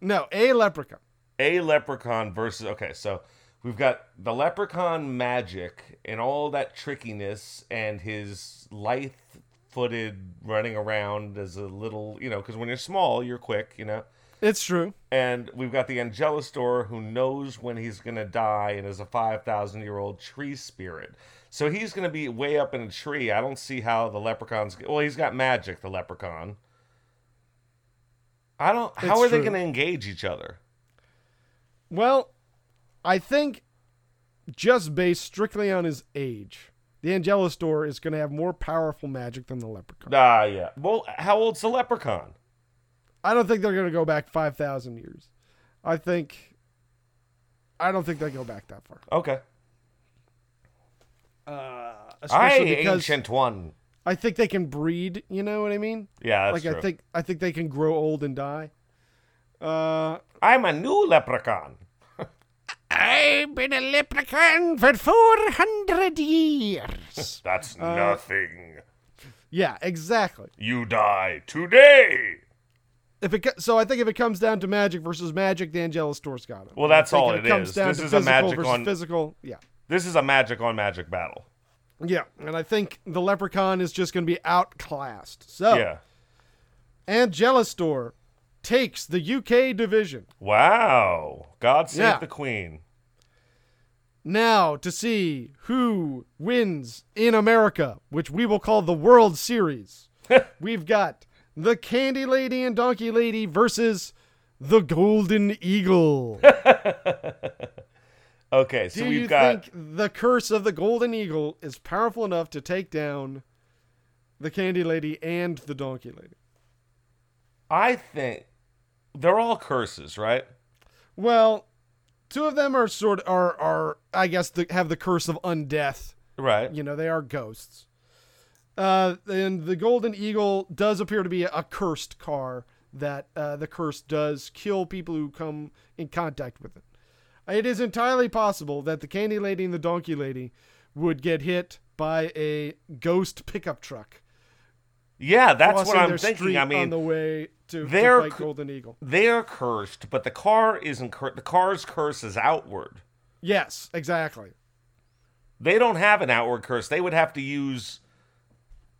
Speaker 4: No, a Leprechaun.
Speaker 5: a leprechaun versus okay so we've got the leprechaun magic and all that trickiness and his lithe footed running around as a little you know because when you're small you're quick you know
Speaker 4: It's true.
Speaker 5: and we've got the angelistor who knows when he's gonna die and is a 5000 year old tree spirit so he's gonna be way up in a tree i don't see how the leprechaun's well he's got magic the leprechaun i don't
Speaker 4: It's
Speaker 5: how are they
Speaker 4: true.
Speaker 5: gonna engage each other
Speaker 4: Well, I think just based strictly on his age, the Angelistor is going to have more powerful magic than the Leprechaun.
Speaker 5: Ah, yeah. Well, how old's the leprechaun?
Speaker 4: I don't think they're going to go back 5,000 years. I think. I don't think they go back that far.
Speaker 5: Okay. I
Speaker 4: Especially because
Speaker 5: ancient one.
Speaker 4: I think they can breed, you know what I mean?
Speaker 5: Yeah, that's
Speaker 4: like
Speaker 5: true.
Speaker 4: I think I think they can grow old and die. Uh
Speaker 5: I'm a new leprechaun.
Speaker 6: I've been a leprechaun for 400 years.
Speaker 5: That's
Speaker 4: Uh,
Speaker 5: nothing.
Speaker 4: [LAUGHS] yeah, exactly.
Speaker 5: You die today.
Speaker 4: If it co- so I think if it comes down to magic versus magic, the Angelistor's got it.
Speaker 5: Well, that's
Speaker 4: I think
Speaker 5: all
Speaker 4: if
Speaker 5: it
Speaker 4: comes
Speaker 5: is.
Speaker 4: down
Speaker 5: This
Speaker 4: to
Speaker 5: is a
Speaker 4: physical
Speaker 5: magic
Speaker 4: versus
Speaker 5: on-
Speaker 4: physical. Yeah.
Speaker 5: This is a magic on magic battle.
Speaker 4: Yeah, and I think the Leprechaun is just going to be outclassed. So,
Speaker 5: Yeah.
Speaker 4: Angelistor takes the UK division.
Speaker 5: Wow. God save
Speaker 4: Yeah.
Speaker 5: the queen.
Speaker 4: Now, to see who wins in America, which we will call the World
Speaker 5: [LAUGHS]
Speaker 4: Series, we've got the Candy Lady and Donkey Lady versus the Golden Eagle.
Speaker 5: Okay, [LAUGHS] so
Speaker 4: Do
Speaker 5: we've
Speaker 4: you
Speaker 5: got
Speaker 4: think the curse of the Golden Eagle is powerful enough to take down the Candy Lady and the Donkey Lady?
Speaker 5: I think they're all curses, right?
Speaker 4: Well, two of them are sort are are I guess the, have the curse of undeath.
Speaker 5: Right.
Speaker 4: You know, they are ghosts. Uh, and the golden eagle does appear to be a cursed car that uh, the curse does kill people who come in contact with it. It is entirely possible that the candy lady and the donkey lady would get hit by a ghost pickup truck.
Speaker 5: Yeah, that's
Speaker 4: crossing
Speaker 5: what I'm
Speaker 4: their
Speaker 5: thinking.
Speaker 4: street
Speaker 5: I
Speaker 4: on
Speaker 5: mean,
Speaker 4: the way to, to
Speaker 5: they're
Speaker 4: fight
Speaker 5: cr-
Speaker 4: golden eagle.
Speaker 5: they're cursed, but the car isn't cur- the car's curse is outward.
Speaker 4: Yes, exactly.
Speaker 5: they don't have an outward curse. They would have to use,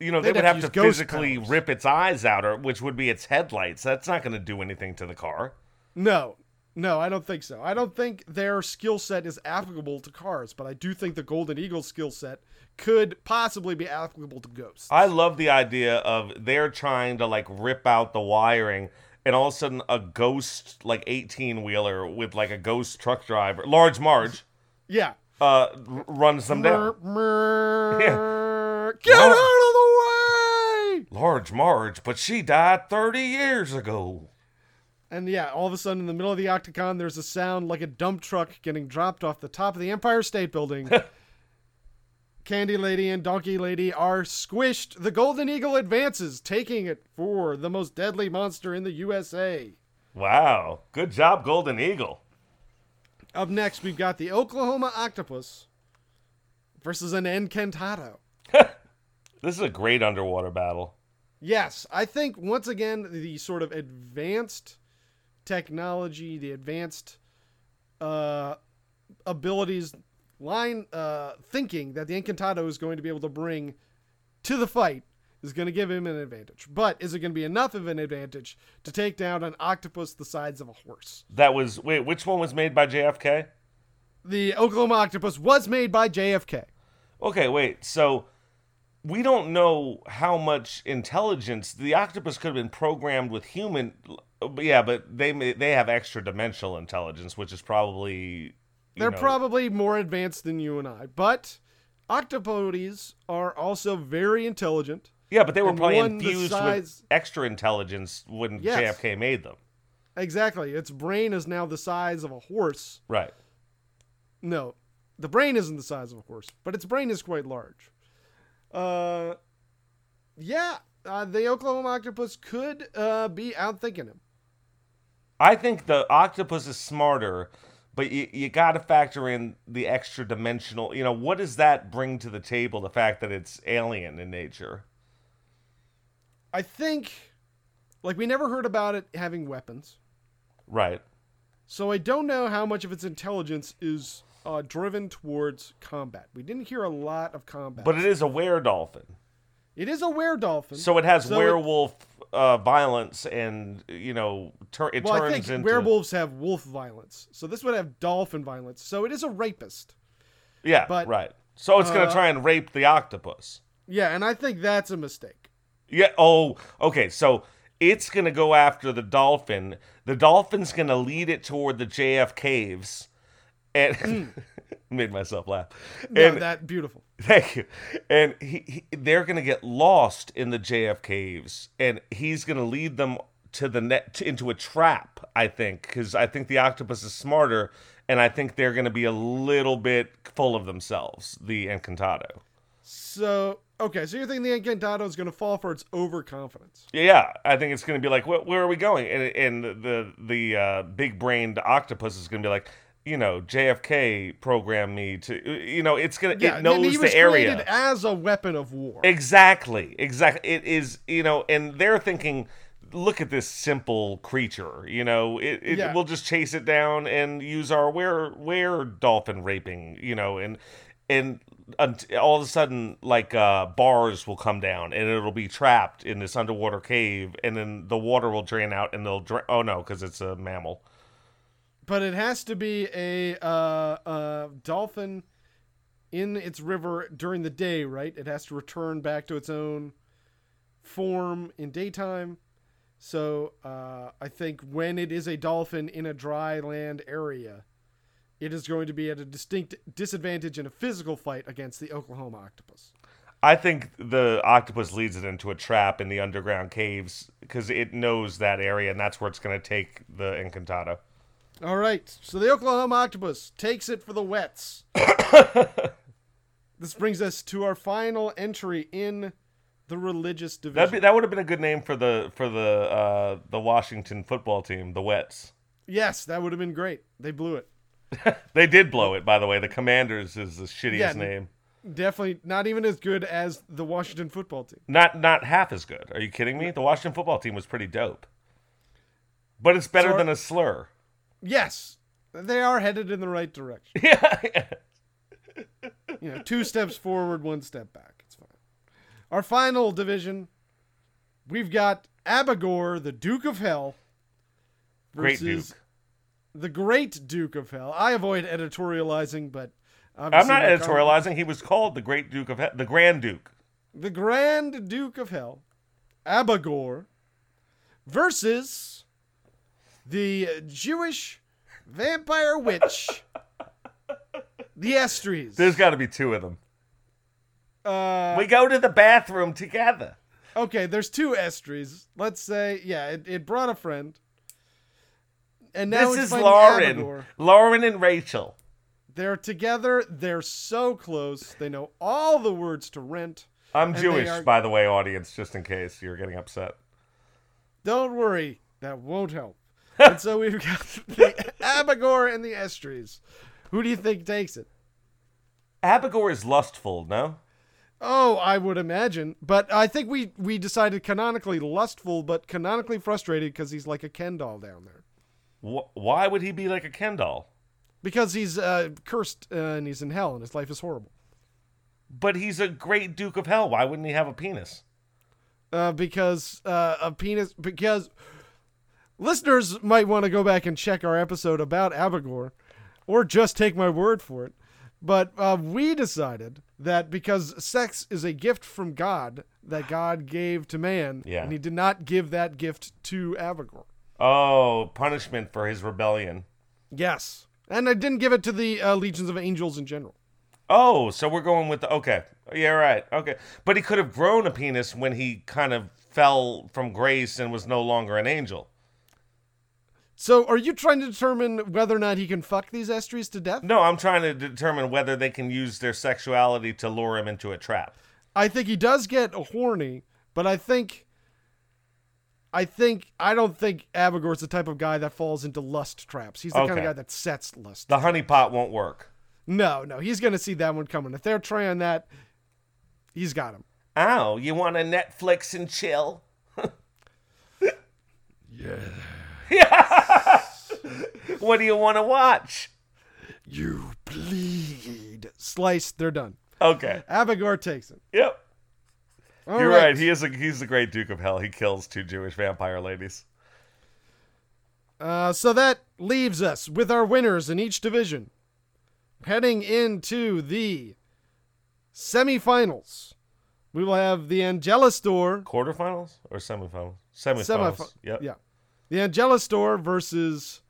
Speaker 5: you know, they
Speaker 4: They'd
Speaker 5: would
Speaker 4: have
Speaker 5: have
Speaker 4: to
Speaker 5: to,
Speaker 4: use ghost
Speaker 5: physically
Speaker 4: powers.
Speaker 5: rip its eyes out, or which would be its headlights. That's not going to do anything to the car.
Speaker 4: No, no, I don't think so. I don't think their skill set is applicable to cars, but I do think the Golden Eagle skill set could possibly be applicable to ghosts.
Speaker 5: I love the idea of they're trying to like rip out the wiring, and all of a sudden a ghost like eighteen wheeler with like a ghost truck driver, large Marge,
Speaker 4: yeah.
Speaker 5: uh, r- runs them down.
Speaker 4: Mer- mer- Get out of the way!
Speaker 5: Large Marge, but she died thirty years ago.
Speaker 4: And yeah, all of a sudden in the middle of the octagon, there's a sound like a dump truck getting dropped off the top of the Empire State Building. Candy Lady and Donkey Lady are squished. The Golden Eagle advances, taking it for the most deadly monster in the USA.
Speaker 5: Wow, good job, Golden Eagle.
Speaker 4: Up next, we've got the Oklahoma Octopus versus an Encantado.
Speaker 5: This is a great underwater battle.
Speaker 4: Yes, I think once again the sort of advanced technology, the advanced uh, abilities, line uh, thinking that the Encantado is going to be able to bring to the fight is going to give him an advantage. But is it going to be enough of an advantage to take down an octopus the size of a horse?
Speaker 5: That was wait, which one was made by JFK?
Speaker 4: The Oklahoma octopus was made by JFK.
Speaker 5: Okay, wait. So we don't know how much intelligence the octopus could have been programmed with human. Yeah, but they may- they have extra dimensional intelligence, which is probably you
Speaker 4: They're
Speaker 5: know-
Speaker 4: probably more advanced than you and I, but octopodes are also very intelligent.
Speaker 5: yeah, but they were
Speaker 4: and
Speaker 5: probably
Speaker 4: one the
Speaker 5: infused
Speaker 4: size-
Speaker 5: with extra intelligence when
Speaker 4: Yes.
Speaker 5: JFK made them.
Speaker 4: Exactly. Its brain is now the size of a horse.
Speaker 5: Right.
Speaker 4: No, the brain isn't the size of a horse, but its brain is quite large. Uh, yeah, uh, the Oklahoma octopus could uh, be outthinking him.
Speaker 5: I think the octopus is smarter, but you, you got to factor in the extra dimensional. You know, what does that bring to the table? The fact that it's alien in nature.
Speaker 4: I think, like, we never heard about it having weapons.
Speaker 5: Right.
Speaker 4: So I don't know how much of its intelligence is uh, driven towards combat. We didn't hear a lot of combat.
Speaker 5: But it is a were dolphin.
Speaker 4: it is a were-dolphin.
Speaker 5: So it has
Speaker 4: So it-
Speaker 5: werewolf uh, violence and, you know, tur- it
Speaker 4: well, I
Speaker 5: turns
Speaker 4: think
Speaker 5: into.
Speaker 4: werewolves have wolf violence. So this would have dolphin violence. So it is a rapist.
Speaker 5: Yeah,
Speaker 4: but,
Speaker 5: right. So it's going
Speaker 4: uh,
Speaker 5: to try and rape the octopus.
Speaker 4: Yeah, and I think that's a mistake.
Speaker 5: Yeah. Oh, okay. So it's going to go after the dolphin. The dolphin's going to lead it toward the JF caves. And [LAUGHS] made myself laugh.
Speaker 4: Hmm. No,
Speaker 5: and
Speaker 4: that beautiful.
Speaker 5: [LAUGHS] thank you. And he, he they're going to get lost in the JF caves and he's going to lead them to the net to, into a trap, I think, cuz I think the octopus is smarter and I think they're going to be a little bit full of themselves, the Encantado.
Speaker 4: So okay, so you're thinking the Encantado is going to fall for its overconfidence.
Speaker 5: Yeah, I think it's going to be like, where, where are we going? And, and the the uh, big brained octopus is going to be like, you know, JFK programmed me to, you know, it's going to
Speaker 4: Yeah,
Speaker 5: it
Speaker 4: and
Speaker 5: knows
Speaker 4: he was
Speaker 5: the area
Speaker 4: created as a weapon of war.
Speaker 5: exactly, exactly. It is, you know, and they're thinking, look at this simple creature, you know, it, it
Speaker 4: Yeah.
Speaker 5: we'll just chase it down and use our where where dolphin raping, you know, and and unt- all of a sudden like uh, bars will come down and it'll be trapped in this underwater cave and then the water will drain out and they'll dra- oh no because it's a mammal
Speaker 4: but it has to be a uh, uh, dolphin in its river during the day, right? It has to return back to its own form in daytime. So uh, I think when it is a dolphin in a dry land area, it is going to be at a distinct disadvantage in a physical fight against the Oklahoma octopus.
Speaker 5: I think the octopus leads it into a trap in the underground caves because it knows that area and that's where it's going to take the Encantado.
Speaker 4: All right. So the Oklahoma Octopus takes it for the wets. this brings us to our final entry in the religious
Speaker 5: That'd
Speaker 4: division.
Speaker 5: be, that would have been a good name for the for the uh, the Washington football team, the Wets.
Speaker 4: yes, that would have been great. They blew it.
Speaker 5: They did blow it, by the way. The Commanders is the shittiest
Speaker 4: Yeah.
Speaker 5: name.
Speaker 4: Definitely not even as good as the Washington football team.
Speaker 5: Not not half as good. Are you kidding me? The Washington football team was pretty dope, but it's better
Speaker 4: So-
Speaker 5: than
Speaker 4: [LAUGHS]
Speaker 5: a slur.
Speaker 4: Yes, they are headed in the right direction.
Speaker 5: [LAUGHS] Yeah.
Speaker 4: You know, two steps forward, one step back. It's fine. Our final division, we've got Abagor, the Duke of Hell,
Speaker 5: Great
Speaker 4: versus
Speaker 5: Duke.
Speaker 4: the great Duke of Hell. I avoid editorializing, but
Speaker 5: I'm not
Speaker 4: obviously my com-
Speaker 5: editorializing. He was called the Great Duke of he- the Grand Duke.
Speaker 4: The Grand Duke of Hell, Abagor, versus the Jewish vampire
Speaker 5: [LAUGHS]
Speaker 4: witch, the Estries.
Speaker 5: There's got to be two of them.
Speaker 4: uh,
Speaker 5: We go to the bathroom together.
Speaker 4: okay, there's two Estries. Let's say, yeah, it, it brought a friend. And now
Speaker 5: this
Speaker 4: it's
Speaker 5: is
Speaker 4: fighting
Speaker 5: Lauren.
Speaker 4: Abagor.
Speaker 5: Lauren and Rachel.
Speaker 4: They're together. They're so close. They know all the words to rent.
Speaker 5: I'm
Speaker 4: they
Speaker 5: Jewish,
Speaker 4: are-
Speaker 5: by the way, audience, just in case you're getting upset.
Speaker 4: Don't worry, that won't
Speaker 5: [LAUGHS]
Speaker 4: help. and so we've got the Abagor and the Estries. Who do you think takes it?
Speaker 5: Abigor is lustful, no?
Speaker 4: Oh, I would imagine, but I think we we decided canonically lustful, but canonically frustrated because he's like a Ken doll down there.
Speaker 5: Wh- why would he be like a Ken doll?
Speaker 4: because he's uh, cursed uh, and he's in hell and his life is horrible.
Speaker 5: But he's a great Duke of Hell. Why wouldn't he have a penis?
Speaker 4: Uh, because uh, a penis. Because listeners might want to go back and check our episode about Abagor, or just take my word for it. But uh, we decided that because sex is a gift from God that God gave to man,
Speaker 5: Yeah.
Speaker 4: and He did not give that gift to Abagor.
Speaker 5: Oh, punishment for his rebellion.
Speaker 4: Yes, and I didn't give it to the uh, legions of angels in general.
Speaker 5: Oh, so we're going with the okay. Yeah, right. Okay. But he could have grown a penis when he kind of fell from grace and was no longer an angel.
Speaker 4: So, are you trying to determine whether or not he can fuck these estries to death?
Speaker 5: No, I'm trying to determine whether they can use their sexuality to lure him into a trap.
Speaker 4: I think he does get horny, but I think I think I don't think Abigor's the type of guy that falls into lust traps. He's the kind
Speaker 5: Okay.
Speaker 4: of guy that sets lust.
Speaker 5: The honeypot won't work.
Speaker 4: No, no, he's gonna see that one coming. If they're trying that, he's got him.
Speaker 5: Oh, you want to Netflix and chill? yeah. [LAUGHS] what do you want to watch?
Speaker 4: You bleed. Slice, they're done.
Speaker 5: Okay.
Speaker 4: Abigor takes it.
Speaker 5: Yep.
Speaker 4: All
Speaker 5: You're right. He is a he's the great Duke of Hell. He kills two Jewish vampire ladies.
Speaker 4: Uh, so that leaves us with our winners in each division. Heading into the semifinals, we will have the Angela Store
Speaker 5: Quarterfinals or semifinals? Semifinals.
Speaker 4: Semifinal.
Speaker 5: Yep.
Speaker 4: Yeah. The Angela Store versus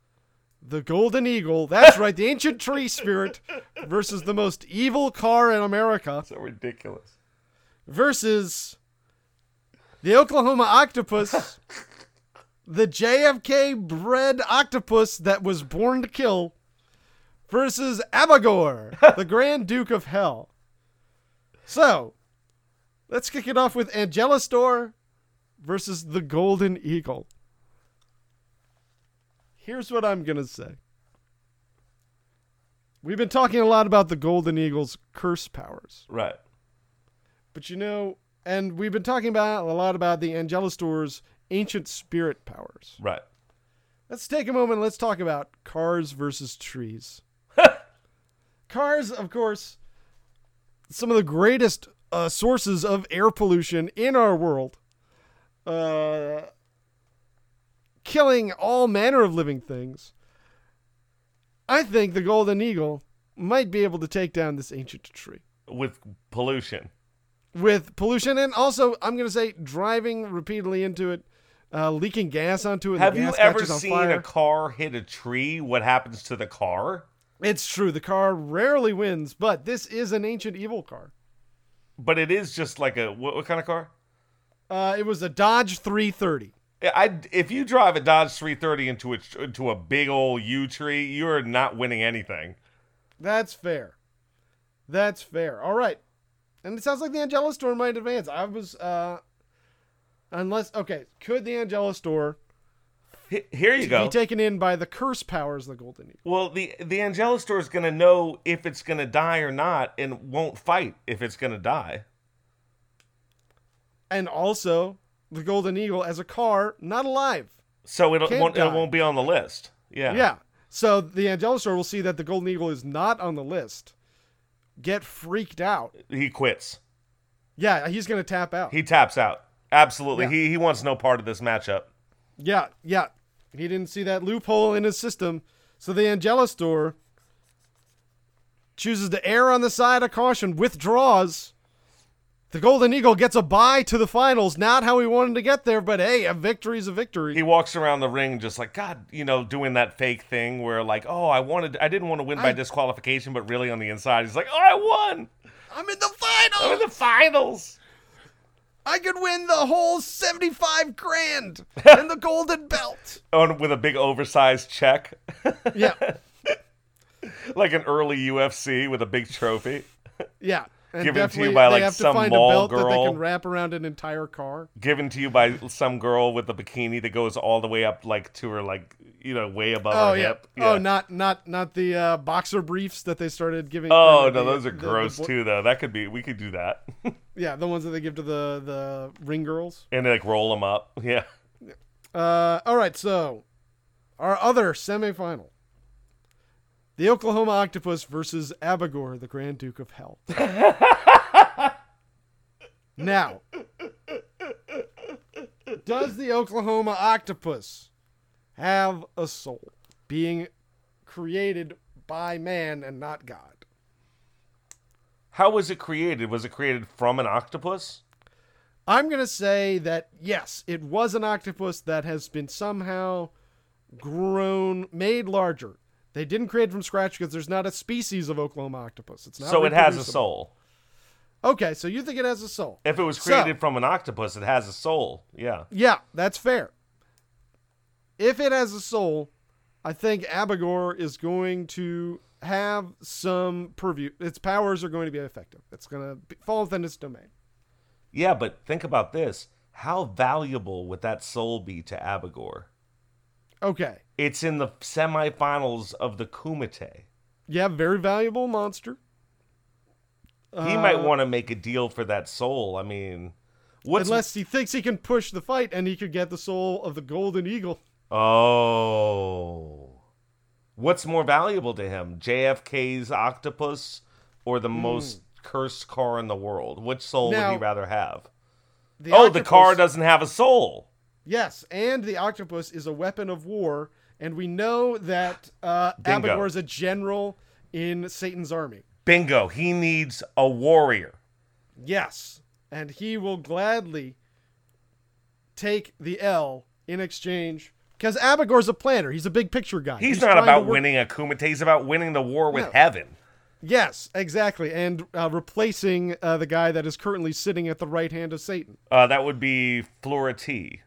Speaker 4: the Golden Eagle. That's right. The ancient tree spirit versus the most evil car in America
Speaker 5: So ridiculous.
Speaker 4: versus the Oklahoma octopus, the JFK bred octopus that was born to kill versus Abagor, the Grand Duke of Hell. So, let's kick it off with Angela Store versus the Golden Eagle. Here's what I'm going to say. We've been talking a lot about the Golden Eagle's curse powers.
Speaker 5: Right.
Speaker 4: But you know, and we've been talking about a lot about the Angelustor's ancient spirit powers.
Speaker 5: Right.
Speaker 4: Let's take a moment. and Let's talk about cars versus trees. cars, of course, some of the greatest uh, sources of air pollution in our world, uh, killing all manner of living things. I think the golden eagle might be able to take down this ancient tree.
Speaker 5: With pollution.
Speaker 4: with pollution and also I'm gonna say driving repeatedly into it, uh, leaking gas onto it. the
Speaker 5: Have you
Speaker 4: gas
Speaker 5: ever
Speaker 4: catches on
Speaker 5: seen
Speaker 4: fire.
Speaker 5: a car hit a tree? What happens to the car?
Speaker 4: It's true. The car rarely wins, but this is an ancient evil car.
Speaker 5: But it is just like a what, what kind of car?
Speaker 4: Uh, it was a Dodge 330.
Speaker 5: Yeah, I if you drive a Dodge 330 into a tr- into a big old yew tree, you're not winning anything.
Speaker 4: That's fair. That's fair. All right. And it sounds like the Angela store might advance. I was uh unless okay, could the Angela store
Speaker 5: H- here you
Speaker 4: be
Speaker 5: go.
Speaker 4: taken in by the curse powers of the Golden Eagle?
Speaker 5: Well, the the Angela store is going to know if it's going to die or not and won't fight if it's going to die.
Speaker 4: And also the Golden Eagle as a car, not alive.
Speaker 5: So it
Speaker 4: Can't
Speaker 5: won't
Speaker 4: die.
Speaker 5: it won't be on the list. Yeah.
Speaker 4: Yeah. So the Angelosaur will see that the Golden Eagle is not on the list, get freaked out.
Speaker 5: He quits.
Speaker 4: Yeah, he's going to tap out.
Speaker 5: He taps out. Absolutely.
Speaker 4: Yeah.
Speaker 5: He he wants no part of this matchup.
Speaker 4: yeah, yeah. He didn't see that loophole in his system. So the Angelosaur chooses to err on the side of caution, withdraws. The Golden Eagle gets a bye to the finals. Not how he wanted to get there, but hey, a victory's a victory.
Speaker 5: He walks around the ring just like God, you know, doing that fake thing where like, oh, I wanted, I didn't want to win by
Speaker 4: I-
Speaker 5: disqualification, but really on the inside, he's like, oh, I won.
Speaker 4: I'm in the finals.
Speaker 5: I'm in the finals.
Speaker 4: I could win the whole 75
Speaker 5: [LAUGHS]
Speaker 4: grand and the golden belt.
Speaker 5: on with a big oversized check, [LAUGHS]
Speaker 4: Yeah.
Speaker 5: like an early UFC with a big trophy.
Speaker 4: Yeah. And
Speaker 5: Given to you
Speaker 4: definitely
Speaker 5: by,
Speaker 4: they
Speaker 5: like,
Speaker 4: have to
Speaker 5: some
Speaker 4: find
Speaker 5: mall
Speaker 4: a belt that they
Speaker 5: girl.
Speaker 4: can wrap around an entire car.
Speaker 5: given to you by some girl with a bikini that goes all the way up like to her like you know way above
Speaker 4: Oh
Speaker 5: her
Speaker 4: yeah.
Speaker 5: hip.
Speaker 4: Oh, not not not the uh, boxer briefs that they started giving.
Speaker 5: Oh
Speaker 4: or
Speaker 5: no,
Speaker 4: the-
Speaker 5: those are
Speaker 4: the- the
Speaker 5: gross
Speaker 4: bo-
Speaker 5: too though. That could be we could do that. [LAUGHS]
Speaker 4: Yeah, the ones that they give to the the ring girls.
Speaker 5: and like roll them up. Yeah.
Speaker 4: Uh, all right, so Our other semifinal. The Oklahoma Octopus versus Abagor, the Grand Duke of Hell. now, does the Oklahoma Octopus have a soul being created by man and not God?
Speaker 5: How was it created? Was it created from an octopus?
Speaker 4: I'm going to say that yes, it was an octopus that has been somehow grown, made larger. They didn't create it from scratch because there's not a species of Oklahoma octopus. It's not
Speaker 5: so it has a
Speaker 4: reproducible.
Speaker 5: soul.
Speaker 4: Okay, so you think it has a soul.
Speaker 5: If it was
Speaker 4: So-
Speaker 5: created from an octopus, it has a soul. Yeah.
Speaker 4: Yeah, that's fair. If it has a soul, I think Abagor is going to have some purview. Its powers are going to be effective. It's going to fall within its domain.
Speaker 5: Yeah, but think about this. How valuable would that soul be to Abigor?
Speaker 4: Okay.
Speaker 5: It's in the semifinals of the Kumite.
Speaker 4: Yeah, very valuable monster.
Speaker 5: He
Speaker 4: Uh,
Speaker 5: might want to make a deal for that soul. I mean, what's
Speaker 4: Unless he thinks he can push the fight and he could get the soul of the golden eagle.
Speaker 5: Oh. What's more valuable to him, JFK's octopus or the most cursed car in the world? Which soul would he
Speaker 4: Hmm. Now,
Speaker 5: rather have? oh, the car
Speaker 4: octopus-
Speaker 5: doesn't have a soul.
Speaker 4: Yes, and the octopus is a weapon of war, and we know that uh,
Speaker 5: Bingo.
Speaker 4: Abagor is a general in Satan's army.
Speaker 5: Bingo. He needs a warrior.
Speaker 4: Yes, and he will gladly take the L in exchange because Abagor's a planner. He's a big picture guy.
Speaker 5: He's, not
Speaker 4: trying to
Speaker 5: about
Speaker 4: work-
Speaker 5: winning a Kumite. He's about winning the war with
Speaker 4: No.
Speaker 5: heaven.
Speaker 4: Yes, exactly, and uh, replacing uh, the guy that is currently sitting at the right hand of Satan.
Speaker 5: Uh, that would be Flority.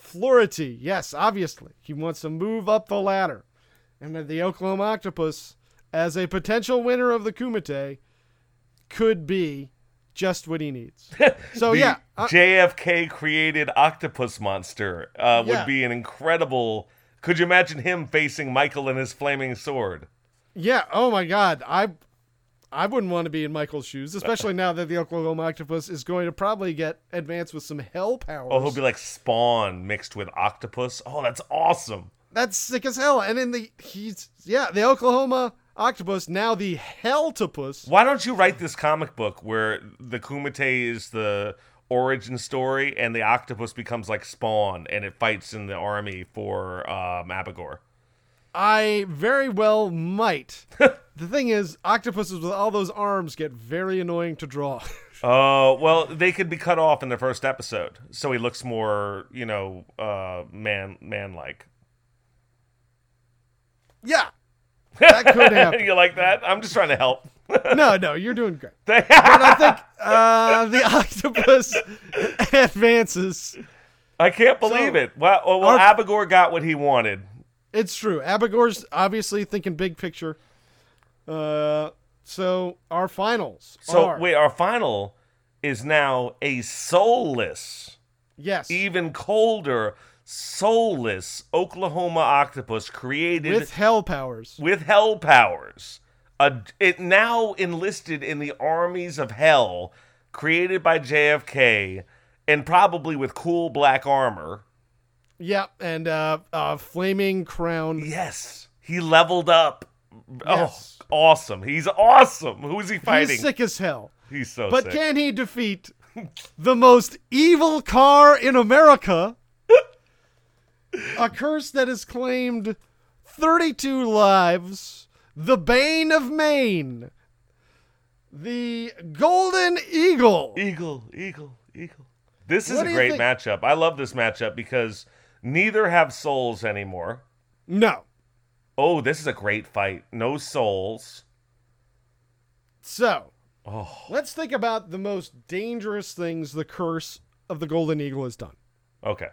Speaker 4: Flority, yes, obviously. He wants to move up the ladder. And that the Oklahoma Octopus, as a potential winner of the Kumite, could be just what he
Speaker 5: [LAUGHS]
Speaker 4: needs. So,
Speaker 5: The
Speaker 4: Oh, yeah, uh, I-
Speaker 5: JFK created octopus monster uh,
Speaker 4: Yeah.
Speaker 5: would be an incredible. Could you imagine him facing Michael and his flaming sword?
Speaker 4: yeah, oh my God. I. I wouldn't want to be in Michael's shoes, especially now that the Oklahoma Octopus is going to probably get advanced with some hell powers.
Speaker 5: Oh, he'll be like Spawn mixed with octopus. Oh, that's awesome.
Speaker 4: That's sick as hell. And in the he's yeah, the Oklahoma Octopus now the Helltopus.
Speaker 5: Why don't you write this comic book where the Kumite is the origin story and the octopus becomes like Spawn and it fights in the army for um, Abigor?
Speaker 4: I very well might.
Speaker 5: [LAUGHS]
Speaker 4: the thing is, octopuses with all those arms get very annoying to draw. [LAUGHS]
Speaker 5: Oh, well, they could be cut off in the first episode, so he looks more, you know, uh, man man like.
Speaker 4: yeah. That
Speaker 5: [LAUGHS]
Speaker 4: could happen.
Speaker 5: you like that? I'm just trying to help.
Speaker 4: No, no, you're doing
Speaker 5: [LAUGHS]
Speaker 4: great.
Speaker 5: I
Speaker 4: I think uh, the [LAUGHS] octopus advances.
Speaker 5: can't believe
Speaker 4: So-
Speaker 5: it. Well, well, well
Speaker 4: Our-
Speaker 5: Abigor got what he wanted.
Speaker 4: It's true. Abagor's obviously thinking big picture. Uh, so our finals.
Speaker 5: So
Speaker 4: are,
Speaker 5: wait, our final is now a soulless,
Speaker 4: yes,
Speaker 5: even colder, soulless Oklahoma octopus created
Speaker 4: with hell powers.
Speaker 5: with hell powers. A, it now enlisted in the armies of hell, created by JFK, and probably with cool black armor.
Speaker 4: Yeah, and uh, uh, flaming crown.
Speaker 5: Yes, he leveled up.
Speaker 4: Yes.
Speaker 5: Oh, awesome! He's awesome. Who is he fighting?
Speaker 4: He's sick as hell.
Speaker 5: He's so
Speaker 4: But
Speaker 5: sick.
Speaker 4: can he defeat the most evil car in America? a curse that has claimed 32 lives, the bane of Maine, the golden eagle.
Speaker 5: Eagle, eagle, eagle. This is
Speaker 4: What
Speaker 5: a
Speaker 4: do you
Speaker 5: great
Speaker 4: think-
Speaker 5: matchup. I love this matchup because neither have souls anymore.
Speaker 4: No.
Speaker 5: Oh, this is a great fight. No souls.
Speaker 4: So,
Speaker 5: Oh.
Speaker 4: let's think about the most dangerous things the curse of the golden eagle has done.
Speaker 5: Okay.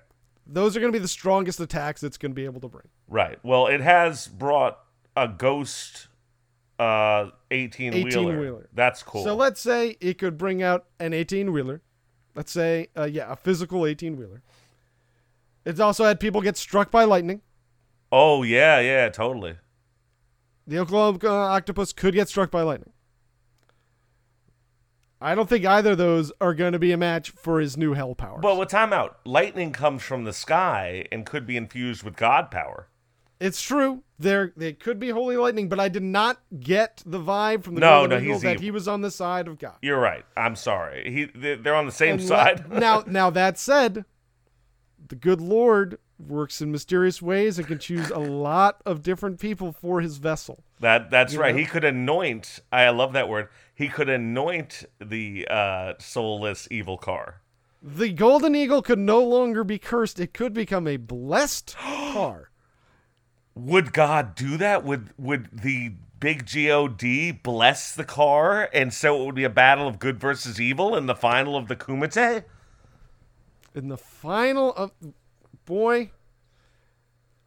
Speaker 4: Those are going to be the strongest attacks it's going to be able to bring.
Speaker 5: Right. Well, it has brought a ghost uh 18 wheeler.
Speaker 4: 18-wheeler.
Speaker 5: That's cool.
Speaker 4: So let's say it could bring out an 18 wheeler. Let's say, uh, yeah, a physical 18 wheeler. It's also had people get struck by lightning.
Speaker 5: oh, yeah, yeah, totally.
Speaker 4: The Oklahoma uh, octopus could get struck by lightning. I don't think either of those are going to be a match for his new hell powers.
Speaker 5: But with timeout, lightning comes from the sky and could be infused with god power.
Speaker 4: It's true. There, they could be holy lightning, but I did not get the vibe from the
Speaker 5: No,
Speaker 4: Golden
Speaker 5: no,
Speaker 4: Eagle
Speaker 5: he's
Speaker 4: that
Speaker 5: evil.
Speaker 4: he was on the side of God.
Speaker 5: You're right. I'm sorry. He they- they're on the same
Speaker 4: Unle-
Speaker 5: side.
Speaker 4: now, now that said, the good Lord works in mysterious ways and can choose a lot of different people for his vessel.
Speaker 5: [LAUGHS] That that's right. He could anoint. I love that word. He could anoint the uh, soulless evil car.
Speaker 4: The golden eagle could no longer be cursed; it could become a
Speaker 5: [GASPS]
Speaker 4: blessed car.
Speaker 5: Would God do that? Would would the big God bless the car, and so it would be a battle of good versus evil in the final of the Kumite?
Speaker 4: in the final of boy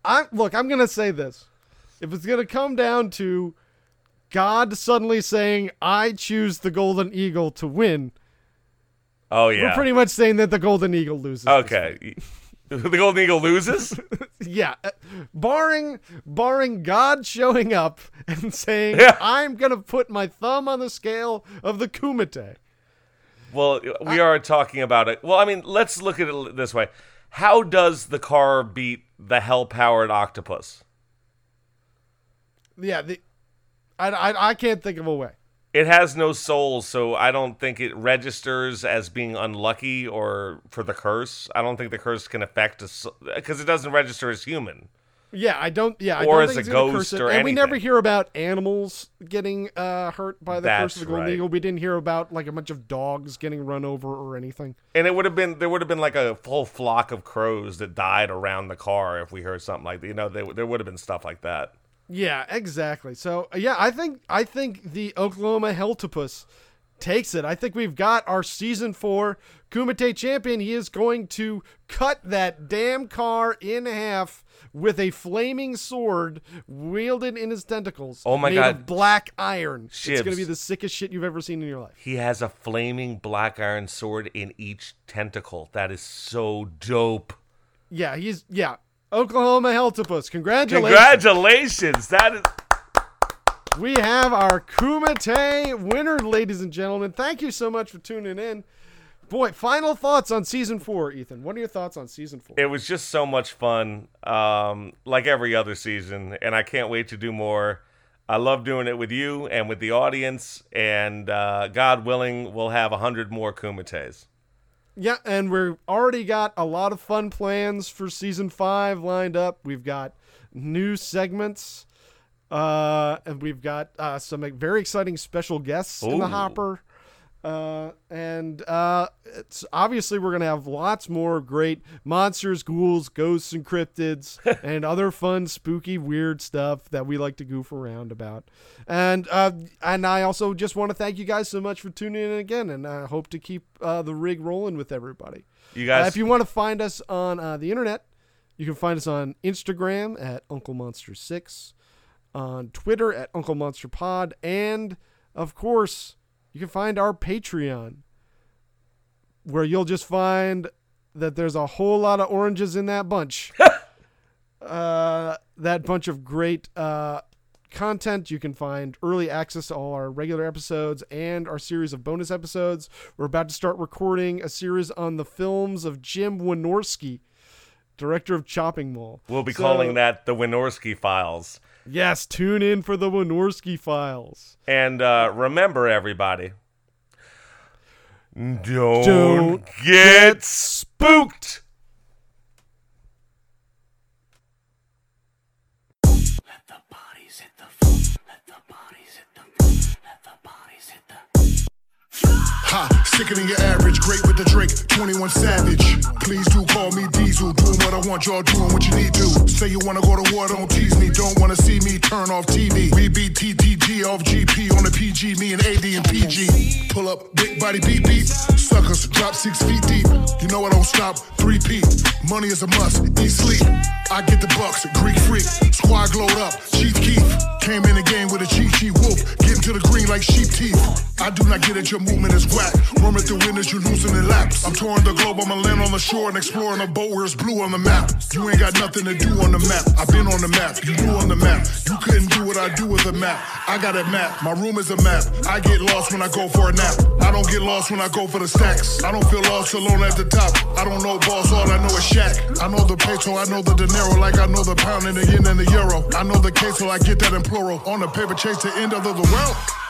Speaker 4: I look, I'm going to say this. If it's going to come down to God suddenly saying I choose the golden eagle to win,
Speaker 5: Oh yeah.
Speaker 4: we're pretty much saying that the golden eagle loses.
Speaker 5: okay. [LAUGHS] the Golden Eagle loses.
Speaker 4: Yeah. uh, Barring barring God showing up and saying
Speaker 5: Yeah.
Speaker 4: I'm going to put my thumb on the scale of the kumite.
Speaker 5: Well, we are talking about it. Well, I mean, let's look at it this way. How does the car beat the hell-powered octopus?
Speaker 4: Yeah, the I, I, I can't think of a way.
Speaker 5: It has no soul, so I don't think it registers as being unlucky or for the curse. I don't think the curse can affect us because it doesn't register as human.
Speaker 4: Yeah, I don't. Yeah, I
Speaker 5: Or
Speaker 4: don't
Speaker 5: as
Speaker 4: think
Speaker 5: a
Speaker 4: it's gonna
Speaker 5: ghost
Speaker 4: curse it.
Speaker 5: or
Speaker 4: and we never
Speaker 5: anything.
Speaker 4: hear about animals getting uh, hurt by the curse
Speaker 5: That's
Speaker 4: of the golden
Speaker 5: right.
Speaker 4: eagle. We didn't hear about like a bunch of dogs getting run over or anything.
Speaker 5: And it would have been there would have been like a full flock of crows that died around the car if we heard something like that. You know, they, there would have been stuff like that.
Speaker 4: Yeah, exactly. So uh, yeah, I think I think the Oklahoma Heltopus takes it. I think we've got our season four Kumite champion. He is going to cut that damn car in half with a flaming sword wielded in his tentacles.
Speaker 5: Oh my
Speaker 4: made
Speaker 5: God.
Speaker 4: Of black iron. It's gonna
Speaker 5: Shivs.
Speaker 4: be the sickest shit you've ever seen in your life.
Speaker 5: He has a flaming black iron sword in each tentacle. That is so dope.
Speaker 4: Yeah, he's yeah. Oklahoma Heltopus. Congratulations.
Speaker 5: Congratulations. That is
Speaker 4: We have our Kumite winner, ladies and gentlemen. Thank you so much for tuning in. Boy, final thoughts on season four, Ethan. What are your thoughts on season four?
Speaker 5: it was just so much fun um, like every other season and i can't wait to do more i love doing it with you and with the audience and uh, god willing we'll have 100 more kumites
Speaker 4: Yeah, and we've already got a lot of fun plans for season five lined up. We've got new segments, uh, and we've got uh, some like, very exciting special guests in the
Speaker 5: Ooh.
Speaker 4: hopper. Uh, and uh, it's obviously we're gonna have lots more great monsters, ghouls, ghosts, and cryptids, and other fun, spooky, weird stuff that we like to goof around about. And uh, and I also just want to thank you guys so much for tuning in again, and I hope to keep uh, the rig rolling with everybody.
Speaker 5: you
Speaker 4: Uh,
Speaker 5: guys
Speaker 4: if you want to find us on uh, the internet, you can find us on Instagram at Uncle Monster Six, on Twitter at Uncle Monster Pod, and of course, you can find our Patreon, where you'll just find that there's a whole lot of oranges in that
Speaker 5: [LAUGHS]
Speaker 4: bunch. uh, that bunch of great uh, content. You can find early access to all our regular episodes and our series of bonus episodes. We're about to start recording a series on the films of Jim Wynorski, director of Chopping Mall.
Speaker 5: we'll be
Speaker 4: So-
Speaker 5: calling that the winorski files
Speaker 4: Yes, tune in for the Wynorski Files.
Speaker 5: and uh, remember everybody don't,
Speaker 4: Don't
Speaker 5: get, spooked.
Speaker 7: Ha, sicker than your average, great with the drink, 21 Savage. Please do call me Diesel, doing what I want, y'all doing what you need to. Say you wanna go to war, don't tease me, don't wanna see me, turn off TV. We beat TTG off GP on the PG, me and AD and PG. Pull up, big body beat beat, suckers, drop six feet deep. You know I don't stop, three P. Money is a must, eat sleep. I get the bucks, Greek freak, squad glowed up, Chief Keith. Came in the game with a cheat sheet wolf, getting to the green like sheep teeth. I I do not get it, your movement is whack. Roaming through windows, you losing in laps. I'm touring the globe, I'ma land on the shore and exploring a boat where it's blue on the map. You ain't got nothing to do on the map. I've been on the map, you knew on the map. You couldn't do what I do with a map. I got a map, my room is a map. I get lost when I go for a nap. I don't get lost when I go for the stacks. I don't feel lost alone at the top. I don't know boss, all I know is shack. I know the peso, I know the dinero, like I know the pound and the yen and the euro. I know the queso, I get that in plural. On the paper chase, the end of the world.